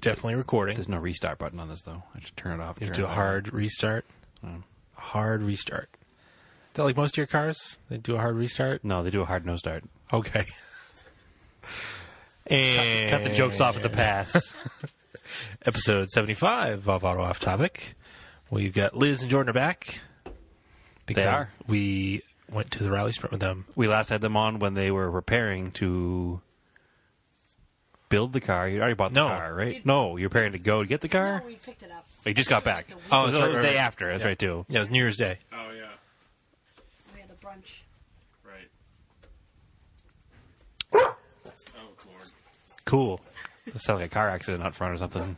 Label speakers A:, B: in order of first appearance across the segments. A: definitely recording.
B: There's no restart button on this though. I should turn it off.
A: You have to do
B: turn
A: a
B: it back
A: hard restart.
B: on.
A: A hard restart. Is that like most of your cars? They do a hard restart?
B: No, they do a hard no start.
A: Okay. and
C: Cut the jokes off at the pass.
A: Episode 75 of Auto Off Topic. We've got Liz and Jordan are back. Because
B: are.
A: We went to the rally sprint with them.
B: We last had them on when they were repairing to build the car. You already bought the
A: No.
B: car, right? No, you're preparing to go to get the car.
D: No, we picked it up.
B: you just got back.
D: Oh.
A: Oh, that's
B: so
A: right,
B: the
A: right,
B: day
A: right.
B: after. That's right too.
A: Yeah, it was New Year's Day.
C: oh yeah,
D: We had the brunch.
C: right. Oh lord,
A: Cool.
B: It sounded like a car accident out front or something.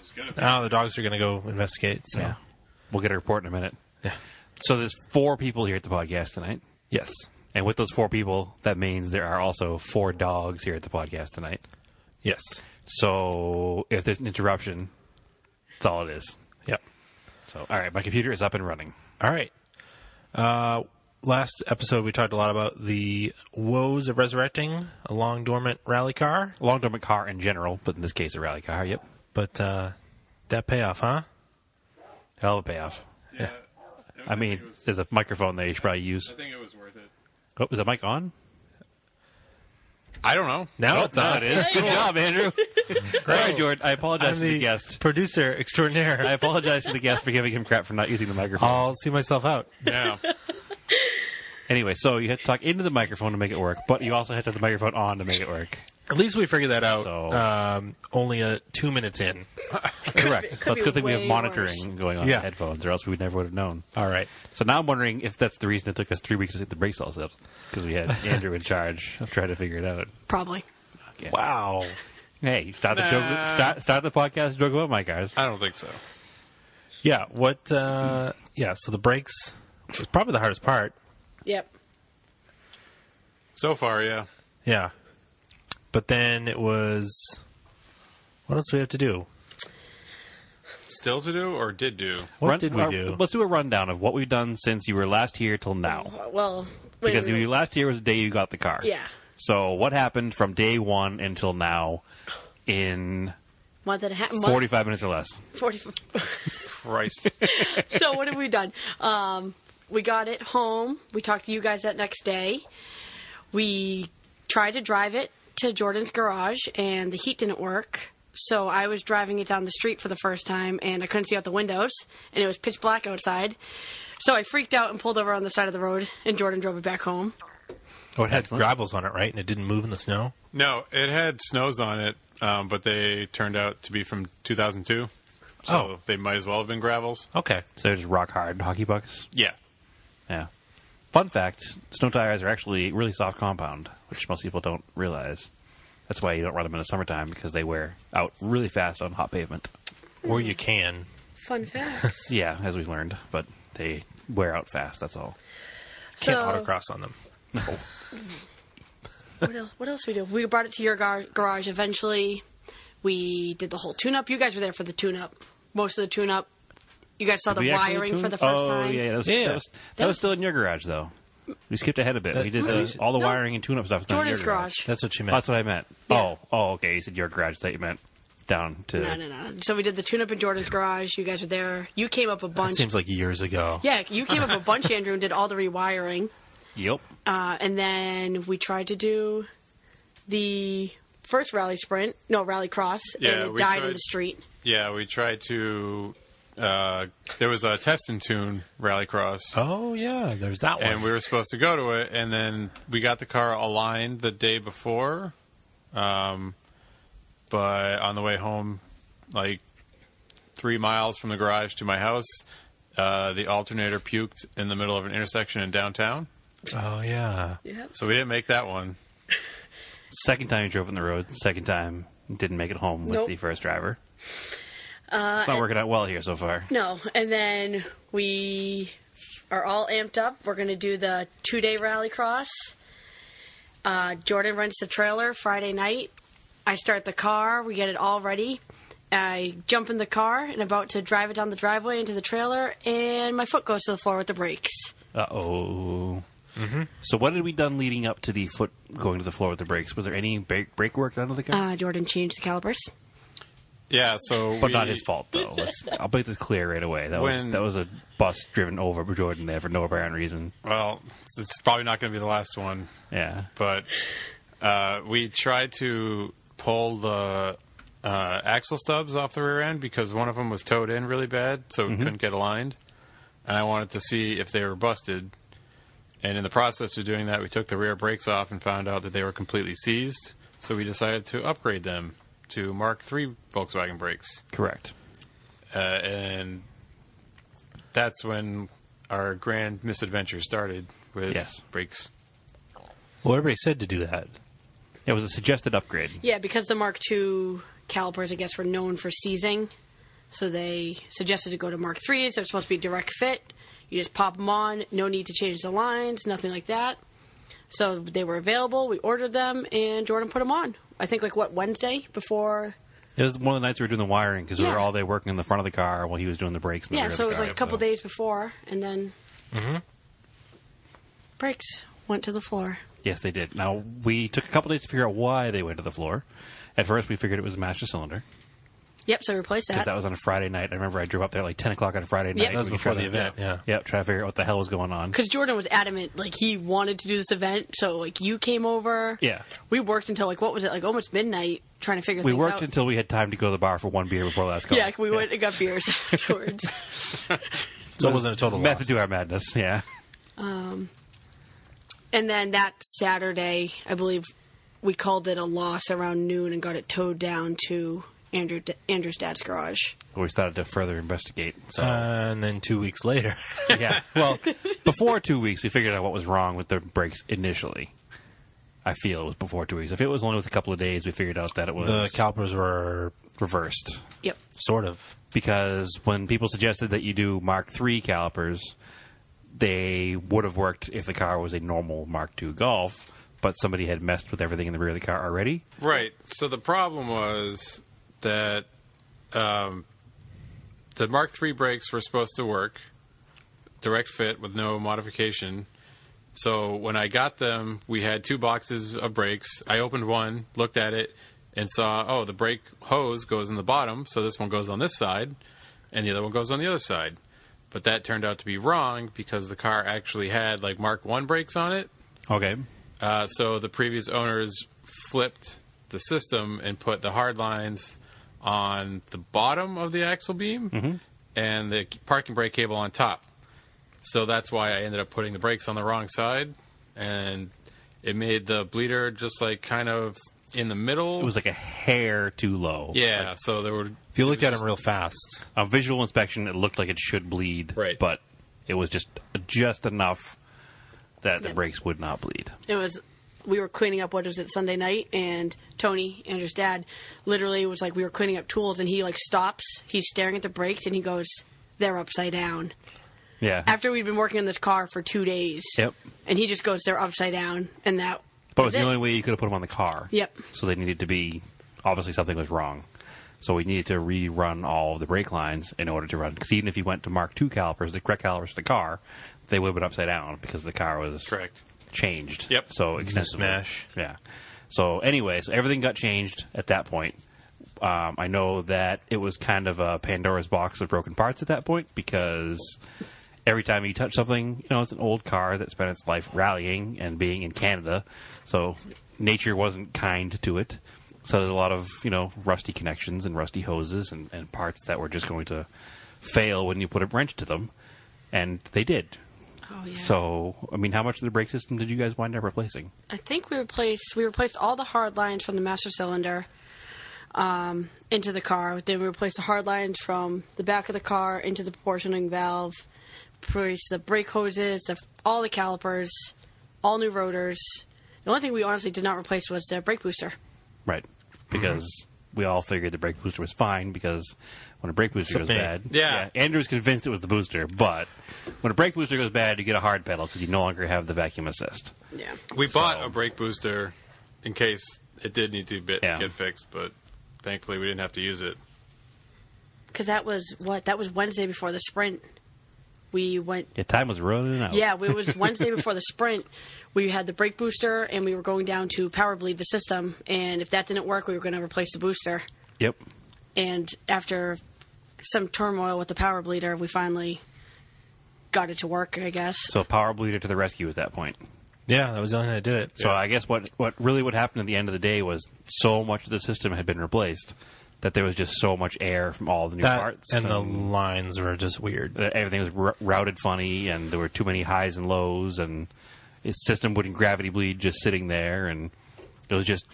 C: it's gonna be.
A: Now the dogs are going to go investigate. So.
B: Yeah. We'll get a report in a minute.
A: Yeah.
B: So there's four people here at the podcast tonight.
A: Yes.
B: And with those four people, that means there are also four dogs here at the podcast tonight.
A: Yes.
B: So if there's an interruption, that's all it is.
A: Yep.
B: So all right, my computer is up and running.
A: All right. Uh, last episode, we talked a lot about the woes of resurrecting a long dormant rally car,
B: Long dormant car in general, but in this case, a rally car. Yep,
A: but uh, that payoff, huh?
B: hell of a payoff.
C: yeah.
B: I mean,
C: it was,
B: there's a microphone there you should probably use.
C: I think it was worth it.
B: Oh, is that mic on? I don't know.
A: Now it's on.
B: It is. Good job, Andrew. Sorry, Jordan. I apologize to the guest.
A: producer extraordinaire.
B: I apologize to the guest for giving him crap for not using the microphone.
A: I'll see myself out.
C: Yeah.
B: Anyway, so you have to talk into the microphone to make it work, but you also have to have the microphone on to make it work.
A: At least we figured that out.
B: So-
A: Um, only uh, two minutes in.
B: Correct.
D: be- could
B: That's a
D: be
B: good thing we have
D: way
B: monitoring going on
A: Yeah.
B: in the headphones, or else we never would have known.
A: All right.
B: So now I'm wondering if that's the reason it took us three weeks to get the brakes all set because we had Andrew in charge of trying to figure it out.
D: Probably.
A: Wow.
B: Hey, start the
C: Nah.
B: joke. Start, start the podcast. Joke about my cars.
C: I don't think so.
A: Yeah. What? Uh, yeah. So the brakes was probably the hardest part.
D: Yep.
C: So far, yeah.
A: Yeah. But then it was. What else do we have to do?
C: Still to do or did do?
A: What
B: Run-
A: did we
B: our-
A: do?
B: Let's do a rundown of what we've done since you were last here till now.
D: Well, wait
B: Because
D: a minute.
B: you last year was the day you got the car.
D: Yeah.
B: So what happened from day one until now in
D: month and a half. Month, 40.
B: 45 minutes or less?
D: 40
C: Christ.
D: so what have we done? Um, we got it home. We talked to you guys that next day. We tried to drive it to Jordan's garage, and the heat didn't work. So I was driving it down the street for the first time, and I couldn't see out the windows, and it was pitch black outside. So I freaked out and pulled over on the side of the road, and Jordan drove it back home.
A: Oh, it had gravels on it, right? And it didn't move in the snow.
C: no, it had snows on it, um, but they turned out to be from 2002. So
A: Oh.
C: they might as well have been gravels.
A: Okay.
B: So they're just rock hard hockey pucks.
C: Yeah.
B: Yeah. Fun fact: snow tires are actually really soft compound, which most people don't realize. That's why you don't run them in the summertime because they wear out really fast on hot pavement.
A: Or you can.
D: Fun fact.
B: Yeah, as we've learned, but they wear out fast. That's all.
A: Can't
D: so
A: autocross on them.
D: what else? What else we do? We brought it to your gar- garage. Eventually, we did the whole tune-up. You guys were there for the tune-up. Most of the tune-up. You guys saw the
B: We actually
D: wiring
B: tuned-
D: for the first
B: oh,
D: time.
B: yeah, that was,
A: Yeah.
B: That, was, that was still in your garage though. We skipped ahead a bit. we did the, all the
D: No.
B: wiring and tune-up stuff. was not in
D: Jordan's
B: your
D: garage.
A: That's what you
B: Oh,
A: meant.
B: that's what I meant. Oh, oh, okay. You said your garage. That you meant down to.
D: No, no, no. So we did the tune-up in Jordan's garage. You guys were there. You came up a
A: It
D: bunch.
A: seems like years ago.
D: yeah, you came up a bunch, Andrew, and did all the rewiring.
B: Yep.
D: Uh, and then we tried to do the first rally sprint, no rally cross,
C: Yeah,
D: and it
C: we
D: died in
C: tried-
D: the street.
C: Yeah, we tried to. Uh, there was a test and tune rallycross.
A: Oh yeah, there's that one.
C: and we were supposed to go to it, and then we got the car aligned the day before. Um, but on the way home, like three miles from the garage to my house, uh, the alternator puked in the middle of an intersection in downtown.
A: oh yeah.
C: So we didn't make that one.
B: Second time you drove on the road. Second time didn't make it home with
D: Nope.
B: the first driver. Uh, it's not working out well here so far.
D: No, and then we are all amped up. We're going to do the two day rally cross. Uh, Jordan rents the trailer Friday night. I start the car. We get it all ready. I jump in the car and about to drive it down the driveway into the trailer, and my foot goes to the floor with the brakes.
B: Uh oh.
A: Mm-hmm.
B: So what had we done leading up to the foot going to the floor with the brakes? Was there any brake brake work done to the car?
D: Uh, Jordan changed the calipers.
C: yeah, so
B: But
C: we,
B: not his fault, though. Let's, I'll make this clear right away. That was
C: When-
B: that was a bus driven over Jordan there for no apparent reason.
C: Well, it's- it's probably not going to be the last one.
B: Yeah,
C: but uh, we tried to pull the uh, axle stubs off the rear end because one of them was towed in really bad, so it couldn't get aligned. And I wanted to see if they were busted. And in the process of doing that, we took the rear brakes off and found out that they were completely seized. So we decided to upgrade them to Mark III Volkswagen brakes
B: correct.
C: uh, and that's when our grand misadventure started with
B: Yes.
C: brakes.
A: Well, everybody said to do that.
B: It was a suggested upgrade.
D: Yeah, because the Mark II calipers, I guess, were known for seizing, so they suggested to go to Mark III's. They're supposed to be direct fit. You just pop them on. No need to change the lines, nothing like that. So they were available. We ordered them, and Jordan put them on. I think like what Wednesday before.
B: It was one of the nights we were doing the wiring because we
D: Yeah.
B: were all day working in the front of the car while he was doing the brakes. In the
D: Yeah,
B: rear of
D: so
B: the Mm-hmm.
D: it was
B: car,
D: like a couple
B: so-
D: days before, and then brakes went to the floor.
B: Yes, they did. Now we took a couple days to figure out why they went to the floor. At first, we figured it was a master cylinder
D: Yep, so we replaced
B: because
D: that.
B: that was on a Friday night. I remember I drove up there like ten o'clock on a Friday night.
D: That was
B: We
A: before
B: tried
A: the
B: to-
A: event, yeah.
B: Yep, trying to figure out what the hell was going on.
D: because Jordan was adamant, like he wanted to do this event. So like you came over.
B: Yeah.
D: We worked until like what was it like almost midnight trying to figure.
B: We
D: things
B: worked
D: out.
B: until we had time to go to the bar for one beer before last call.
D: yeah, we went and got beers afterwards.
A: So it wasn't a total loss.
B: Method to our madness. Yeah.
D: And then that Saturday, I believe we called it a loss around noon and got it towed down to Andrew Andrew's dad's garage.
B: we started to further investigate. So
A: Uh, and then two weeks later,
B: yeah, well, before two weeks, we figured out what was wrong with the brakes initially. I feel it was before two weeks. If it was only with a couple of days, we figured out that it was
A: the calipers were
B: reversed
D: Yep.
A: sort of.
B: because when people suggested that you do Mark III calipers, they would have worked if the car was a normal Mark II Golf, but somebody had messed with everything in the rear of the car already.
C: Right. So the problem was that um, the Mark III brakes were supposed to work direct fit with no modification. So when I got them, we had two boxes of brakes. I opened one, looked at it, and saw oh the brake hose goes in the bottom, so this one goes on this side, and the other one goes on the other side. But that turned out to be wrong because the car actually had like Mark One brakes on it,
B: Okay,
C: uh, so the previous owners flipped the system and put the hard lines on the bottom of the axle beam
B: Mm-hmm.
C: and the parking brake cable on top. So that's why I ended up putting the brakes on the wrong side, and it made the bleeder just like kind of in the middle.
B: it was like a hair too low.
C: yeah. so there were
A: If you looked at them real fast,
B: on visual inspection, it looked like it should bleed,
C: Right.
B: but it was just just enough that the
D: Yeah.
B: brakes would not bleed.
D: It was. We were cleaning up. What was it? Sunday night, and Tony Andrew's dad literally was like, we were cleaning up tools, and he like stops. He's staring at the brakes, and he goes, "They're upside down."
B: Yeah.
D: After we'd been working on this car for two days.
B: yep.
D: And he just goes, "They're upside down," and that.
B: But it
D: was
B: was the
D: it.
B: only way you could have put them on the car.
D: Yep.
B: So they needed to be obviously something was wrong. So we needed to rerun all of the brake lines in order to run. Because even if you went to Mark II calipers, the correct calipers to the car, they would have been upside down because the car was
C: correct.
B: changed.
C: Yep.
B: So extensively.
A: Mismatch.
B: Yeah. So anyway, so everything got changed at that point. Um, I know that it was kind of a Pandora's box of broken parts at that point because every time you touch something, you know, it's an old car that spent its life rallying and being in Canada. So nature wasn't kind to it. So there's a lot of, you know, rusty connections and rusty hoses and, and parts that were just going to fail when you put a wrench to them. And they did.
D: Oh yeah.
B: So, I mean, how much of the brake system did you guys wind up replacing?
D: I think we replaced we replaced all the hard lines from the master cylinder um, into the car. Then we replaced the hard lines from the back of the car into the proportioning valve. Replaced the brake hoses, the, all the calipers, all new rotors. The only thing we honestly did not replace was the brake booster.
B: Right. Because
A: Mm-hmm.
B: we all figured the brake booster was fine because when a brake booster goes
A: me.
B: bad,
C: Yeah.
B: Andrew was convinced it was the booster, but when a brake booster goes bad, you get a hard pedal because you no longer have the vacuum assist.
D: Yeah.
C: We bought a brake booster in case it did need to bit,
B: Yeah.
C: get fixed, but thankfully we didn't have to use it.
D: Because that was what that was Wednesday before the sprint. We went
B: Yeah, time was running out.
D: Yeah, it was Wednesday before the sprint. We had the brake booster, and we were going down to power bleed the system. And if that didn't work, we were going to replace the booster.
B: Yep.
D: And after some turmoil with the power bleeder, we finally got it to work, I guess.
B: So power bleeder to the rescue at that point.
A: Yeah, that was the only thing that did it.
B: So I guess what what really what happened at the end of the day was so much of the system had been replaced that there was just so much air from all the new
A: that
B: parts
A: and the lines were just weird.
B: that everything was r- routed funny, and there were too many highs and lows, and its system wouldn't gravity bleed just sitting there, and it was just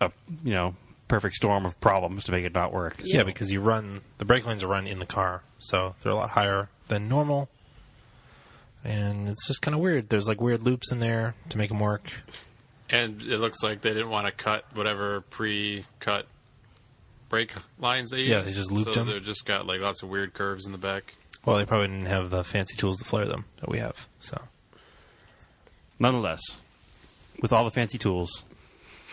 B: a you know perfect storm of problems to make it not work.
A: Yeah, because you run the brake lines are run in the car, so they're a lot higher than normal. And it's just kind of weird. There's like weird loops in there to make them work.
C: And it looks like they didn't want to cut whatever pre-cut brake lines they used.
A: Yeah, they just looped
C: so
A: them.
C: they just got like lots of weird curves in the back.
A: Well, they probably didn't have the fancy tools to flare them that we have. So
B: Nonetheless, with all the fancy tools,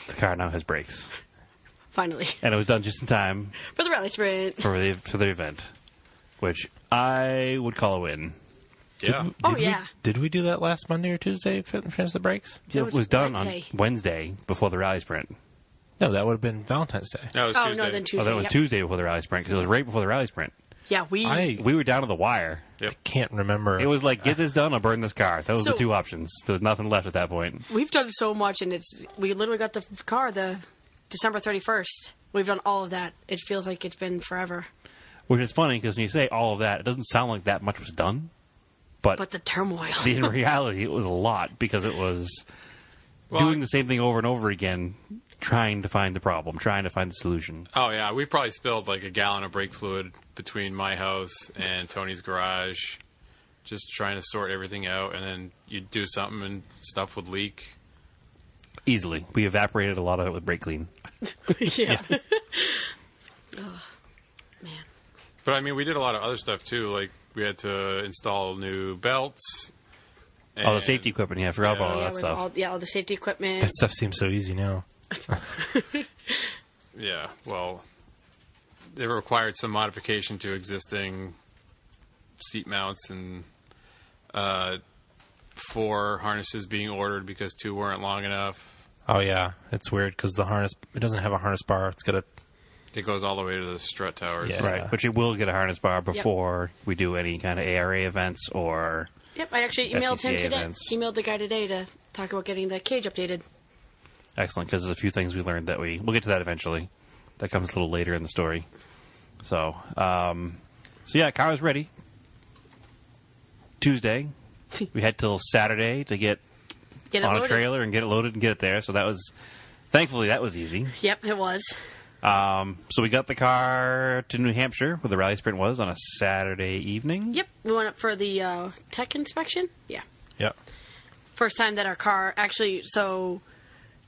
B: the car now has brakes,
D: Finally.
B: and it was done just in time
D: For the rally sprint.
B: for the for the event, which I would call a win.
C: Yeah.
D: Oh,
A: Did we-
D: yeah.
A: did we do that last Monday or Tuesday? Fit and finish the brakes?
B: It was,
D: was
B: done
D: Wednesday.
B: on Wednesday before the rally sprint.
A: No, that would have been Valentine's Day.
C: No, it was
D: Oh,
C: Tuesday.
D: no, then
B: Oh,
D: Tuesday.
B: that was
D: yeah.
B: Tuesday before the rally sprint because it was right before the rally sprint.
D: Yeah, we.
A: I
B: We were down to the wire.
A: can't remember.
B: It was like get this done or burn this car. That was the
D: So-
B: two options. There was nothing left at that point.
D: We've done so much, and it's we literally got the car the December thirty first. We've done all of that. It feels like it's been forever.
B: Which is funny because when you say all of that, it doesn't sound like that much was done. But,
D: But the turmoil.
B: in reality, it was a lot because it was doing the same thing over and over again, trying to find the problem, trying to find the solution.
C: Oh yeah, we probably spilled like a gallon of brake fluid between my house and Tony's garage, just trying to sort everything out. And then you'd do something and stuff would leak.
B: Easily. We evaporated a lot of it with brake clean.
D: yeah. Ugh, man.
C: But I mean, we did a lot of other stuff too. Like we had to install new belts. And,
A: Oh,
B: All the safety equipment, yeah, I forgot about all
D: Oh, yeah,
B: that
D: with
B: stuff.
D: all yeah all the safety equipment.
A: that stuff seems so easy now.
C: Yeah, well, they required some modification to existing seat mounts and uh, four harnesses being ordered because two weren't long enough.
A: Oh yeah, it's weird because the harness it doesn't have a harness bar. It's got a
C: It goes all the way to the strut towers.
A: Yeah.
B: Right, which it will get a harness bar before we do any kind of ARA events or
D: Yep, I actually emailed him
B: SCCA
D: today.
B: E events.
D: Emailed the guy today to talk about getting the cage updated.
B: Excellent, because there's a few things we learned that we we'll get to that eventually. That comes a little later in the story. So, um, so yeah, car was ready. Tuesday, we had till Saturday to get
D: Get it
B: on a
D: loaded.
B: trailer and get it loaded and get it there. So that was, thankfully, that was easy.
D: Yep, it was.
B: So we got the car to New Hampshire, where the rally sprint was, on a Saturday evening.
D: Yep, we went up for the uh, tech inspection. Yeah.
A: yeah.
D: first time that our car actually so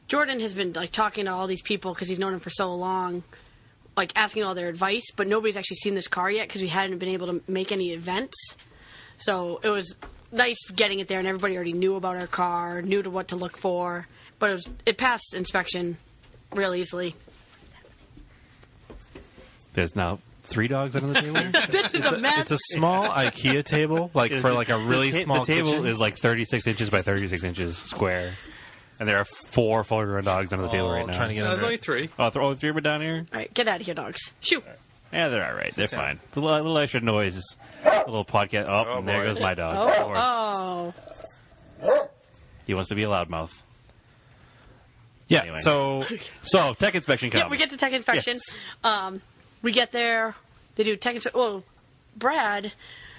D: jordan has been like talking to all these people because he's known him for so long like asking all their advice but nobody's actually seen this car yet because we hadn't been able to make any events so it was nice getting it there and everybody already knew about our car knew to what to look for but it was it passed inspection real easily
B: There's now three dogs under the table.
D: this is a mess
A: It's a small IKEA table, like for like a really
B: the ta-
A: small
B: the table
A: kitchen.
B: is like 36 inches by 36 inches square, and there are four full-grown dogs under the table
A: All
B: right now.
A: Oh, trying to get
C: That was
A: under
C: only
A: it.
C: three.
B: Oh, throw all three of them down here?
D: all right get out of here dogs shoo
B: Yeah, they're all right. They're fine. A little, little extra noise. A little podcast. Oh,
C: Oh,
B: and there
C: boy.
B: goes my dog. Of
D: oh,
B: course.
D: oh.
B: He wants to be a loudmouth.
A: Yeah.
B: Anyway.
A: So
B: So, tech inspection comes.
D: Yeah, we get to tech inspection. Um, we get there. They do tech inspection. Well, Brad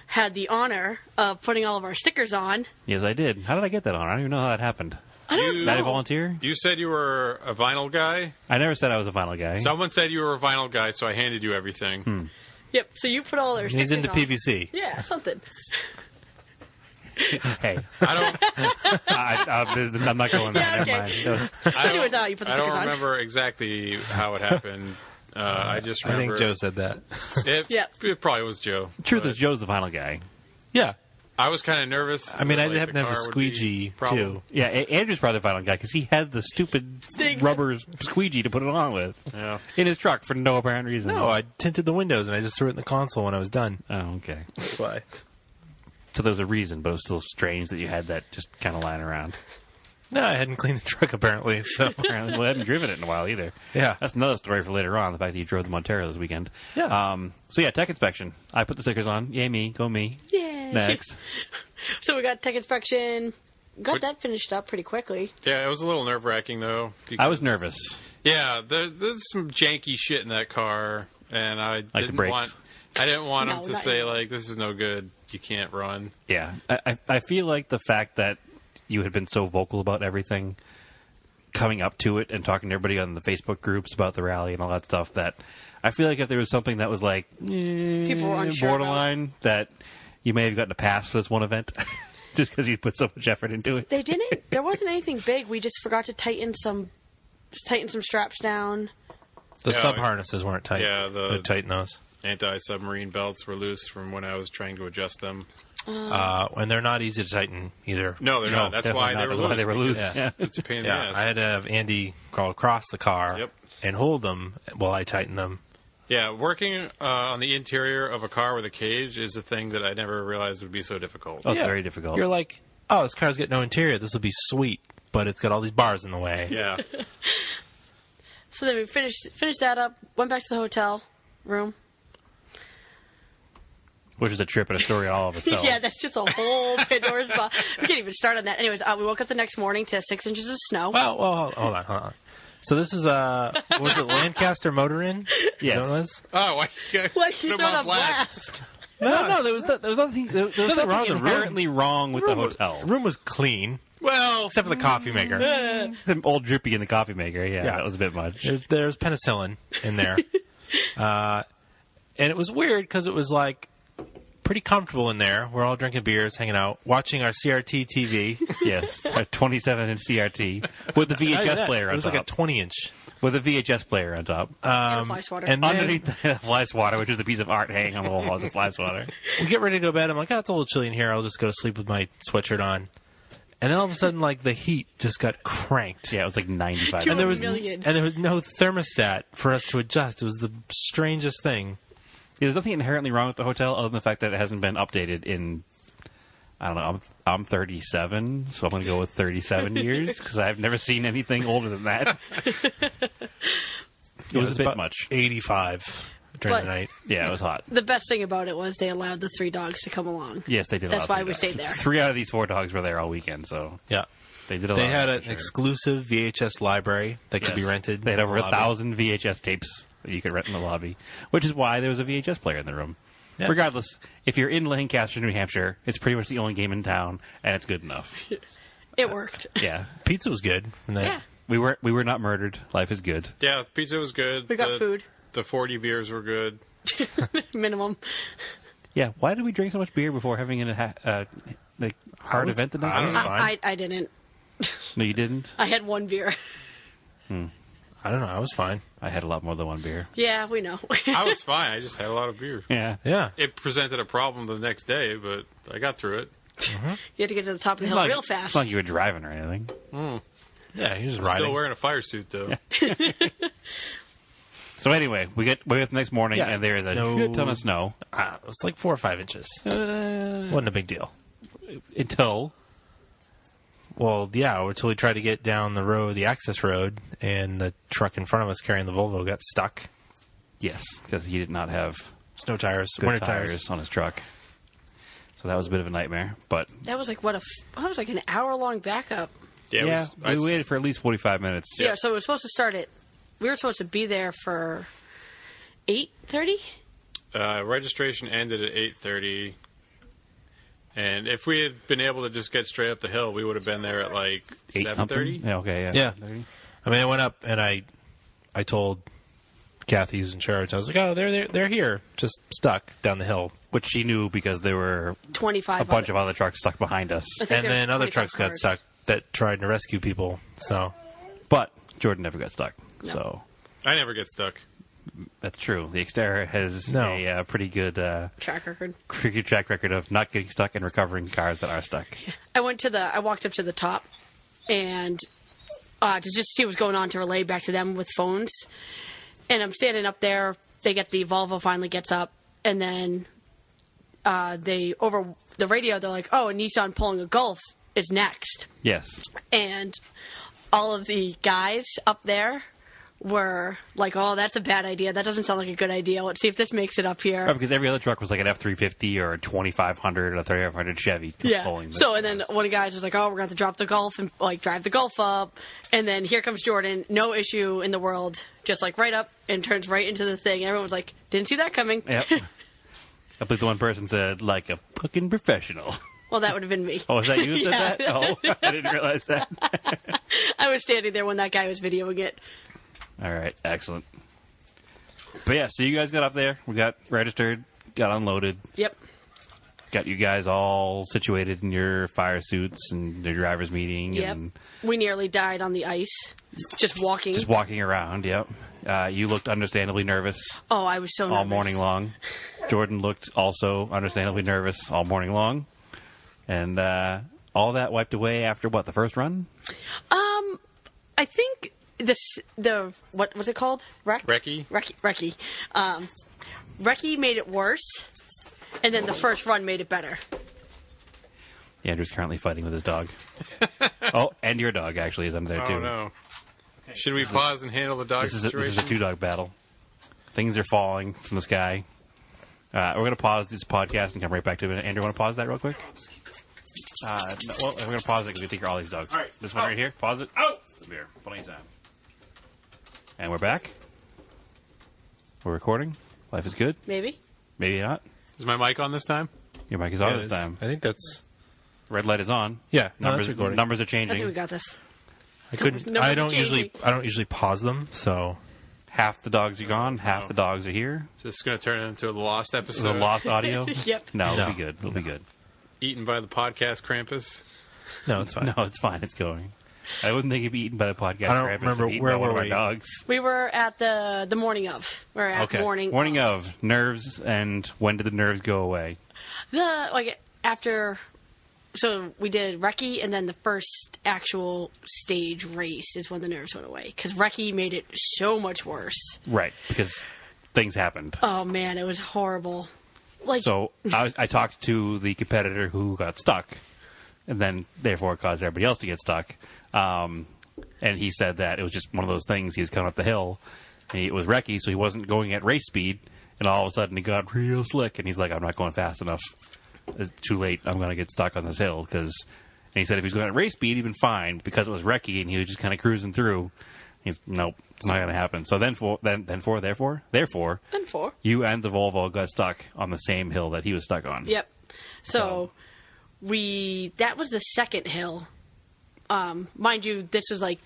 D: had the honor of putting all of our stickers on.
B: Yes, I did. How did I get that on? I don't even know how that happened.
D: I don't
C: You-
B: Did I
D: know.
B: volunteer?
C: You said you were a vinyl guy.
B: I never said I was a vinyl guy.
C: Someone said you were a vinyl guy, so I handed you everything.
A: Hmm.
D: Yep. So you put all our
A: he's
D: stickers
A: into
D: on.
A: PVC.
D: Yeah, something.
B: hey,
C: I don't.
B: I, I, there's- I'm not going there.
D: Yeah, okay.
B: Never mind. That was-
C: I don't,
D: anyways, oh, you put the
C: I don't
D: stickers on.
C: remember exactly how it happened. Uh, I just
A: I
C: remember.
A: think Joe said that.
C: It,
D: Yeah.
C: it probably was Joe.
B: truth
C: but
B: is, Joe's the vinyl guy.
A: Yeah.
C: I was kind of nervous.
A: I mean, I
C: like,
A: happen
C: the
A: to have a
C: car would be
A: squeegee
C: problem.
A: too.
B: Yeah, A- Andrew's probably the vinyl guy because he had the stupid
D: Thing.
B: rubber squeegee to put it on with
C: Yeah.
B: in his truck for no apparent reason.
A: No, I tinted the windows and I just threw it in the console when I was done.
B: Oh, okay.
A: That's why.
B: So there was a reason, but it was still strange that you had that just kind of lying around.
A: No, I hadn't cleaned the truck apparently. So
B: Apparently, well, I haven't driven it in a while either.
A: Yeah.
B: that's another story for later on. The fact that you drove the Montero this weekend.
A: Yeah.
B: Um, so yeah, tech inspection. I put the stickers on. Yay me, go me.
D: Yay.
B: Next.
D: So we got tech inspection. Got
C: What-
D: that finished up pretty quickly.
C: Yeah, it was a little nerve wracking though.
B: I
C: because-
B: was nervous.
C: Yeah, there, there's some janky shit in that car, and I didn't
B: brakes.
C: want. I didn't want
D: No,
C: him to
D: not
C: say
D: you.
C: like, "This is no good. You can't run."
B: Yeah, I, I I feel like the fact that you had been so vocal about everything, coming up to it and talking to everybody on the Facebook groups about the rally and all that stuff. That I feel like if there was something that was like people
D: were unsure about it.
B: borderline, that you may have gotten a pass for this one event just because you put so much effort into it.
D: They didn't. There wasn't anything big. We just forgot to tighten some, just tighten some straps down.
A: the
C: Yeah,
A: sub
C: I-
A: harnesses weren't tight.
C: Yeah, the-
A: They tighten those,
C: Anti submarine belts were loose from when I was trying to adjust them.
A: uh, and they're not easy to tighten either.
C: Mm. No, they're not. That's why they were
B: Definitely not.
C: loose.
B: That's why they were loose.
C: because
B: Yeah.
C: It's a pain in
A: Yeah,
C: the
A: I
C: ass.
A: had to have Andy crawl across the car
C: Yep.
A: and hold them while I tighten them.
C: Yeah, working uh, on the interior of a car with a cage is a thing that I never realized would be so difficult.
B: Oh, it's very difficult.
A: You're like, oh, this car's got no interior. This will be sweet, but it's got all these bars in the way.
C: Yeah,
D: So then we finished finished that up. Went back to the hotel room.
B: which is a trip and a story all of itself.
D: Yeah, that's just a whole Pandora's box. We can't even start on that. Anyways, uh, we woke up the next morning to six inches of snow.
A: Well, well, hold- hold on, hold on. So this is uh, what was it Lancaster Motor Inn? Is that
B: Yes.
A: what it was?
C: Oh, why you got
D: Why you
C: put
D: throw
C: 'em
D: it on
C: on blast?
D: blast?
B: No, no, there was no- there was nothing. There was
A: Nothing
B: nothing
A: wrong with the room.
B: inherently wrong with the
A: room
B: hotel.
A: Was, room was clean,
C: Well,
A: except for the coffee maker.
B: Some old drippy in the coffee maker. Yeah,
A: Yeah.
B: that was a bit much.
A: There's, there's penicillin in there. uh, and it was weird because it was like pretty comfortable in there. We're all drinking beers, hanging out, watching our CRT TV.
B: yes, a 27 inch CRT with the
A: Not even
B: VHS
A: that,
B: player
A: It
B: on
A: was
B: top.
A: like a 20 inch.
B: with a VHS player on top.
D: and fly swatter.
A: And then
B: Underneath the fly swatter, which is a piece of art hanging on the wall, is a fly swatter.
A: we get ready to go to bed. I'm like, oh, it's a little chilly in here. I'll just go to sleep with my sweatshirt on. And then all of a sudden, like the heat just got cranked.
B: Yeah, it was like 95.
D: Two
A: And there was
D: Million.
A: and there was no thermostat for us to adjust. It was the strangest thing.
B: There's nothing inherently wrong with the hotel other than the fact that it hasn't been updated in. I don't know. I'm I'm 37, so I'm going to go with 37 years because I've never seen anything older than that. it was a bit
A: about
B: much.
A: 85 during
D: But-
A: the night.
B: Yeah, it was hot.
D: the best thing about it was they allowed the three dogs to come along.
B: Yes, they did.
D: That's
B: allow
D: why we
B: three dogs.
D: stayed there.
B: Three out of these four dogs were there all weekend, so
A: Yeah.
B: they did. Allow
A: They had
B: that
A: an
B: for sure.
A: exclusive VHS library that could be
B: Yes.
A: rented.
B: They had over
A: in
B: a
A: the lobby.
B: thousand VHS tapes that you could rent in the lobby, which is why there was a VHS player in the room.
A: Yeah.
B: Regardless, if you're in Lancaster, New Hampshire, it's pretty much the only game in town, and it's good enough.
D: It worked.
B: Yeah,
A: Pizza was good. And they-
D: Yeah.
B: we were we were not murdered. Life is good.
C: yeah, pizza was good.
D: We got
C: the,
D: food.
C: The forty beers were good.
D: Minimum.
B: Yeah. Why did we drink so much beer before having an, uh, uh, like hard
A: was-
B: event the
A: I
B: night?
A: was-
B: before?
D: I,
A: Fine.
D: I, I didn't.
B: no, you didn't.
D: I had one beer.
A: I don't know. I was fine.
B: I had a lot more than one beer.
D: yeah, we know.
C: I was fine. I just had a lot of beer.
B: Yeah.
A: Yeah.
C: It presented a problem the next day, but I got through it.
D: you had to get to the top of the hill
A: Like-
D: real
B: It's
D: fast.
B: not like you were driving or anything.
A: Yeah. He was
C: Still
A: riding.
C: wearing a fire suit though.
B: So anyway, we get we get up the next morning
A: Yeah,
B: and there is a
A: snow-
B: shit ton of snow
A: Ah, it was like four or five inches.
B: uh,
A: Wasn't a big deal.
B: until
A: Well, yeah, until we tried to get down the road, the access road, and the truck in front of us carrying the Volvo got stuck.
B: yes, because he did not have
A: Snow tires,
B: good
A: winter
B: tires.
A: tires.
B: on his truck. So that was a bit of a nightmare. But
D: that was like what a f- that was like an hour long backup.
C: Yeah, it
B: yeah,
C: was- I s-
B: we waited for at least forty five minutes.
D: Yeah. so it was supposed to start at. We were supposed to be there for eight thirty.
C: uh, registration ended at eight thirty, and if we had been able to just get straight up the hill, we would have been there at like
B: Eight
C: seven
B: something?
C: thirty.
B: Yeah, okay, yeah.
A: Yeah.
B: 7:30.
A: I mean, I went up and I, I told Kathy who's in charge. I was like, "Oh, they're they're, they're here, just stuck down the hill."
B: Which she knew because there were
D: Twenty five.
B: a bunch of other trucks stuck behind us.
D: I think
A: And
D: there was
A: then other
D: 25
A: trucks got
D: cars.
A: stuck that tried to rescue people. So
B: But Jordan never got stuck.
D: No.
B: So
C: I never get stuck.
B: that's true. The Xterra has
A: No.
B: a uh, pretty good uh,
D: Track record.
B: pretty good track record of not getting stuck and recovering cars that are stuck.
D: I went to the. I walked up to the top, and uh, to just see what was going on to relay back to them with phones. And I'm standing up there. They get the Volvo finally gets up, and then uh, they over the radio. They're like, "Oh, a Nissan pulling a Golf is next.
B: Yes.
D: And all of the guys up there were like, oh, that's a bad idea. That doesn't sound like a good idea. Let's see if this makes it up here.
B: Right, because every other truck was like an F three fifty or a twenty five hundred or a thirty five hundred Chevy.
D: Yeah.
B: pulling this
D: So and then
B: one.
D: one of the guys was like, "Oh, we're going to have to drop the golf and like drive the golf up," and then here comes Jordan, no issue in the world, just like right up and turns right into the thing. Everyone was like, "Didn't see that coming."
B: Yep. I believe the one person said like a fucking professional.
D: Well, that would have been me.
B: Oh, is that you that
D: Yeah.
B: said that? Oh, I didn't realize that.
D: I was standing there when that guy was videoing it.
B: All right, excellent. But yeah, so you guys got up there. We got registered, got unloaded,
D: Yep.
B: got you guys all situated in your fire suits and your driver's meeting
D: Yep.
B: and
D: We nearly died on the ice, just walking.
B: just walking around. Yep. Uh, you looked understandably nervous
D: oh, I was so nervous.
B: all morning long. Jordan looked also understandably nervous all morning long. And uh, all that wiped away after what, the first run?
D: I think this the what was it called? Wreck.
C: Recce?
D: Recce. Recce. Um, Recce made it worse, and then the first run made it better.
B: Andrew's currently fighting with his dog. oh, and your dog actually is under there
C: I
B: too.
C: don't know. Oh, Should we pause and handle the dog
B: This is a, this
C: situation?
B: is a two dog battle. Things are falling from the sky. Uh, we're gonna pause this podcast and come right back to it. Andrew, want to pause that real quick? Uh, no, well, we're gonna pause it because we take all these dogs.
A: All right. Oh.
B: This one
A: Out.
B: right here. Pause it.
A: Out.
B: Beer. Plenty of time. And we're back. We're recording. Life is good.
D: Maybe.
B: Maybe not.
C: Is my mic on this time?
B: Your mic is on
A: Yeah,
B: this
A: it's-
B: time.
A: I think that's
B: Red light is on.
A: yeah. No,
B: Numbers,
A: that's recording.
B: numbers are
D: I think we
B: changing.
D: got this.
A: I couldn't.
D: numbers
A: I
D: are
A: don't usually.
D: changing.
A: I don't usually pause them. So
B: Half the dogs are gone. Half the dogs are here.
C: Is this going to turn into a lost
B: Is it
C: episode?
B: lost audio?
D: Yep.
B: No, it'll be
A: No.
B: good. It'll be good.
C: Eaten by the podcast Krampus?
A: no, it's fine.
B: No, it's fine. It's going. I wouldn't think it'd be eaten by the podcast.
A: I don't
B: rabbits
A: remember
B: if eaten
A: where
B: by one
A: were
B: of our
A: we?
B: dogs.
D: We were at the the morning of. We are at
A: Okay.
D: morning.
B: Warning of nerves and when did the nerves go away?
D: The like after. So we did Recce, and then the first actual stage race is when the nerves went away because Recce made it so much worse.
B: Right, because things happened.
D: Oh man, it was horrible. Like
B: So I, was, I talked to the competitor who got stuck, and then therefore caused everybody else to get stuck. Um, and he said that it was just one of those things. He was coming up the hill, and he, it was recce, so he wasn't going at race speed. And all of a sudden, he got real slick, and he's like, "I'm not going fast enough. It's too late. I'm going to get stuck on this hill." Because and he said if he was going at race speed, he'd been fine because it was recce, and he was just kind of cruising through. He's nope, it's not going to happen. So then for then then for therefore therefore
D: and four.
B: you and the Volvo got stuck on the same hill that he was stuck on.
D: Yep. So we that was the second hill. Um, mind you, this was like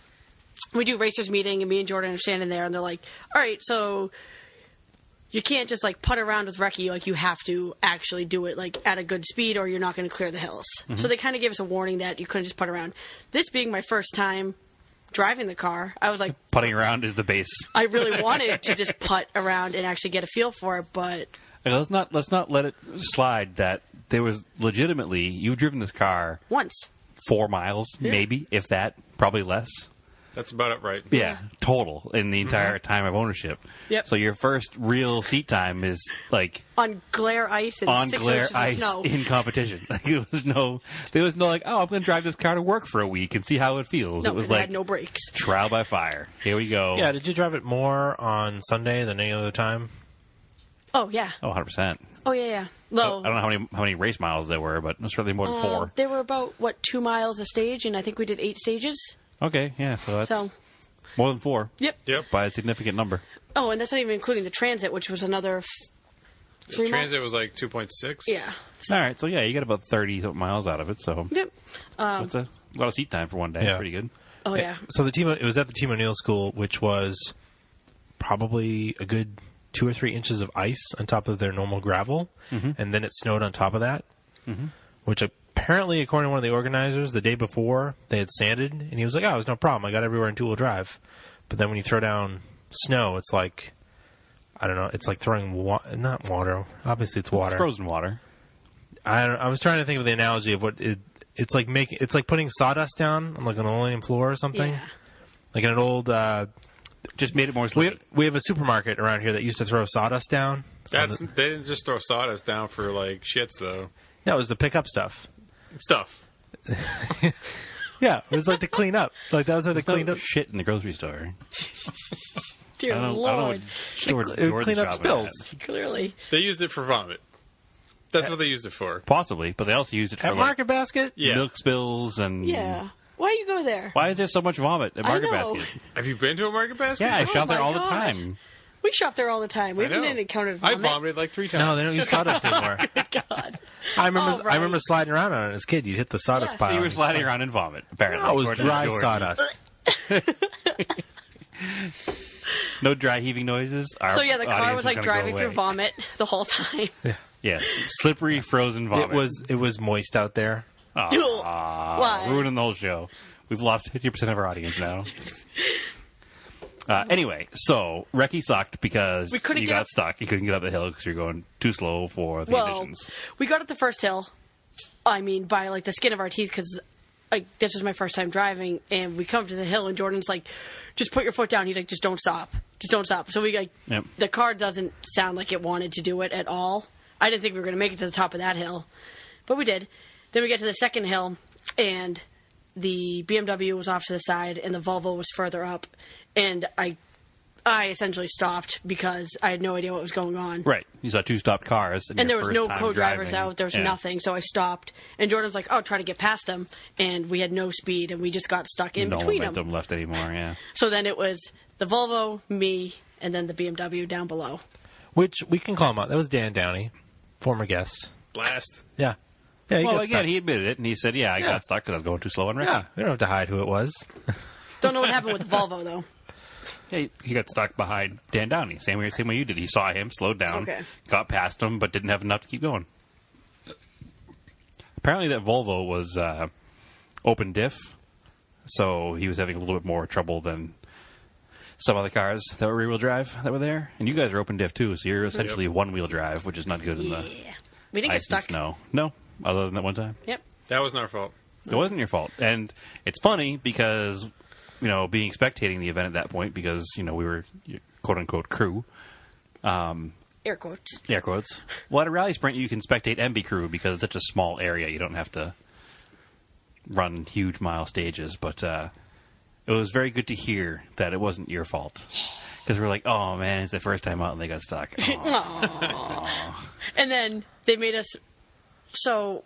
D: we do racers meeting, and me and Jordan are standing there, and they're like, "All right, so you can't just like putt around with Reki. Like you have to actually do it like at a good speed, or you're not going to clear the hills." So they kind of gave us a warning that you couldn't just putt around. This being my first time driving the car, I was like,
B: Putting around is the base.
D: I really wanted to just putt around and actually get a feel for it, but
B: Like, let's not let's not let it slide that there was legitimately you've driven this car
D: once.
B: four miles, maybe, if that, probably less.
C: That's about it, right?
B: Yeah. Mm-hmm. Total in the entire time of ownership.
D: Yep.
B: So your first real seat time is like
D: on glare ice and
B: on
D: six
B: glare
D: inches
B: ice
D: of snow.
B: in competition. Like there was no there was no like, oh I'm gonna drive this car to work for a week and see how it feels.
D: no,
B: it
D: 'cause
B: was
D: it
B: like
D: had no brakes.
B: trial by fire. Here we go.
A: Yeah. Did you drive it more on Sunday than any other time?
D: Oh yeah.
B: Oh, 100 percent.
D: Oh yeah yeah. No.
B: I don't know how many how many race miles there were, but it was certainly more than
D: Uh,
B: four.
D: They were about what two miles a stage, and I think we did eight stages.
B: Okay, yeah, so that's
D: So
B: more than four
D: yep.
C: Yep.
B: by a significant number.
D: Oh, and that's not even including the transit, which was another f- three
C: Transit was like 2.6.
D: miles. Yeah.
B: All right, so yeah, you got about thirty something miles out of it, so
D: Yep.
B: that's a lot of seat time for one day.
A: Yeah.
B: Pretty good.
D: Oh yeah.
A: Eh, So the team it was at the Team O'Neill School, which was probably a good two or three inches of ice on top of their normal gravel, and then it snowed on top of that, which apparently, according to one of the organizers, the day before they had sanded, and he was like, "Oh, it was no problem. I got everywhere in two wheel drive." But then when you throw down snow, it's like I don't know. It's like throwing wa- not water. Obviously, it's water.
B: It's frozen water.
A: I don't, I was trying to think of the analogy of what it. It's like making. It's like putting sawdust down on like an linoleum floor or something.
D: Yeah.
A: Like in an old. Uh,
B: Just made it more
A: we
B: slippery.
A: we have a supermarket around here that used to throw sawdust down.
C: That's, they didn't just throw sawdust down for like shits, though.
A: No, it was the pickup stuff.
C: Stuff.
A: yeah, it was like to clean up. Like that was how they cleaned up.
B: Oh, shit in the grocery store. I
D: Dear
B: don't, know- I don't know
D: Lord.
B: what Mm. store
A: They cl-
B: Jordan's
A: clean up
B: shopping
A: spills.
B: at.
D: Clearly.
C: They used it for vomit. That's what they used it for.
B: Possibly, but they also used it for
A: At
B: like,
A: Market Basket?
C: Yeah.
B: milk spills and
D: Yeah. Why you go there?
B: Why is there so much vomit at
D: I
B: Market
D: know.
B: Basket?
C: Have you been to a market basket?
B: Yeah, I
D: Oh
B: shop there
D: my
B: all the
D: gosh.
B: time.
D: We shop there all the time. We
C: I
D: haven't
C: know.
D: encountered
C: I
D: vomit.
C: vomited like three times.
A: No, they don't use sawdust anymore.
D: God.
A: I remember
D: Oh, right.
A: I remember sliding around on it as a kid. You'd hit the sawdust
D: Yeah. So
A: pile.
D: you
B: You were
A: and-
B: sliding around in vomit, apparently.
A: No, it Uh, was
B: according to
A: dry
B: Jordan.
A: sawdust.
B: No dry heaving noises. Our
D: So yeah, the car
B: audience
D: was
B: is
D: like
B: gonna
D: driving
B: go
D: through
B: away.
D: vomit the whole time.
B: Yes, slippery frozen vomit.
A: It was it was moist out there.
B: Aw,
D: Why?
B: Ah. ruining the whole show. We've lost fifty percent of our audience now. Uh, anyway, so Reki sucked because
D: We couldn't
B: you
D: get
B: got
D: up-
B: stuck. You couldn't get up the hill because you're going too slow for the
D: Well,
B: conditions.
D: we got up the first hill. I mean, by like the skin of our teeth because like this was my first time driving, and we come to the hill, and Jordan's like, "Just put your foot down." He's like, "Just don't stop. Just don't stop." So we like
B: Yep.
D: the car doesn't sound like it wanted to do it at all. I didn't think we were going to make it to the top of that hill, but we did. Then we get to the second hill, and the BMW was off to the side, and the Volvo was further up, and I. I essentially stopped because I had no idea what was going on
B: Right, you saw two stopped cars, and,
D: and there
B: your
D: was
B: first
D: no
B: time
D: co-drivers
B: driving.
D: out. There was
B: Yeah.
D: nothing, so I stopped. And Jordan was like, "Oh, try to get past them," and we had no speed, and we just got stuck in
B: no
D: between
B: momentum
D: them.
B: left anymore. Yeah,
D: So then it was the Volvo, me, and then the BMW down below.
A: Which we can call him out. That was Dan Downey, former guest.
C: Blast.
A: Yeah. Yeah, he
B: well,
A: got
B: again,
A: stuck.
B: he admitted it, and he said, "Yeah, I got stuck because I was going too slow on Ricky."
A: Yeah, we don't have to hide who it was.
D: Don't know what happened with the Volvo though.
B: He, he got stuck behind Dan Downey, same way, same way you did. He saw him, slowed down,
D: Okay.
B: got past him, but didn't have enough to keep going. Apparently, that Volvo was uh, open diff, so he was having a little bit more trouble than some other cars that were rear wheel drive that were there. And you guys are open diff too, so you're essentially one wheel drive, which is not good in the
D: Yeah, we didn't get
B: ice and
D: stuck.
B: snow. No, other than that one time.
D: Yep.
C: That wasn't our fault.
B: It wasn't your fault. And it's funny because, you know, being spectating the event at that point because, you know, we were quote unquote crew,
D: Air quotes.
B: air quotes. Well, at a rally sprint, you can spectate and be crew because it's such a small area. You don't have to run huge mile stages. But uh, it was very good to hear that it wasn't your fault. Because we were like, oh man, it's the first time out and they got stuck. Oh.
D: And then they made us. So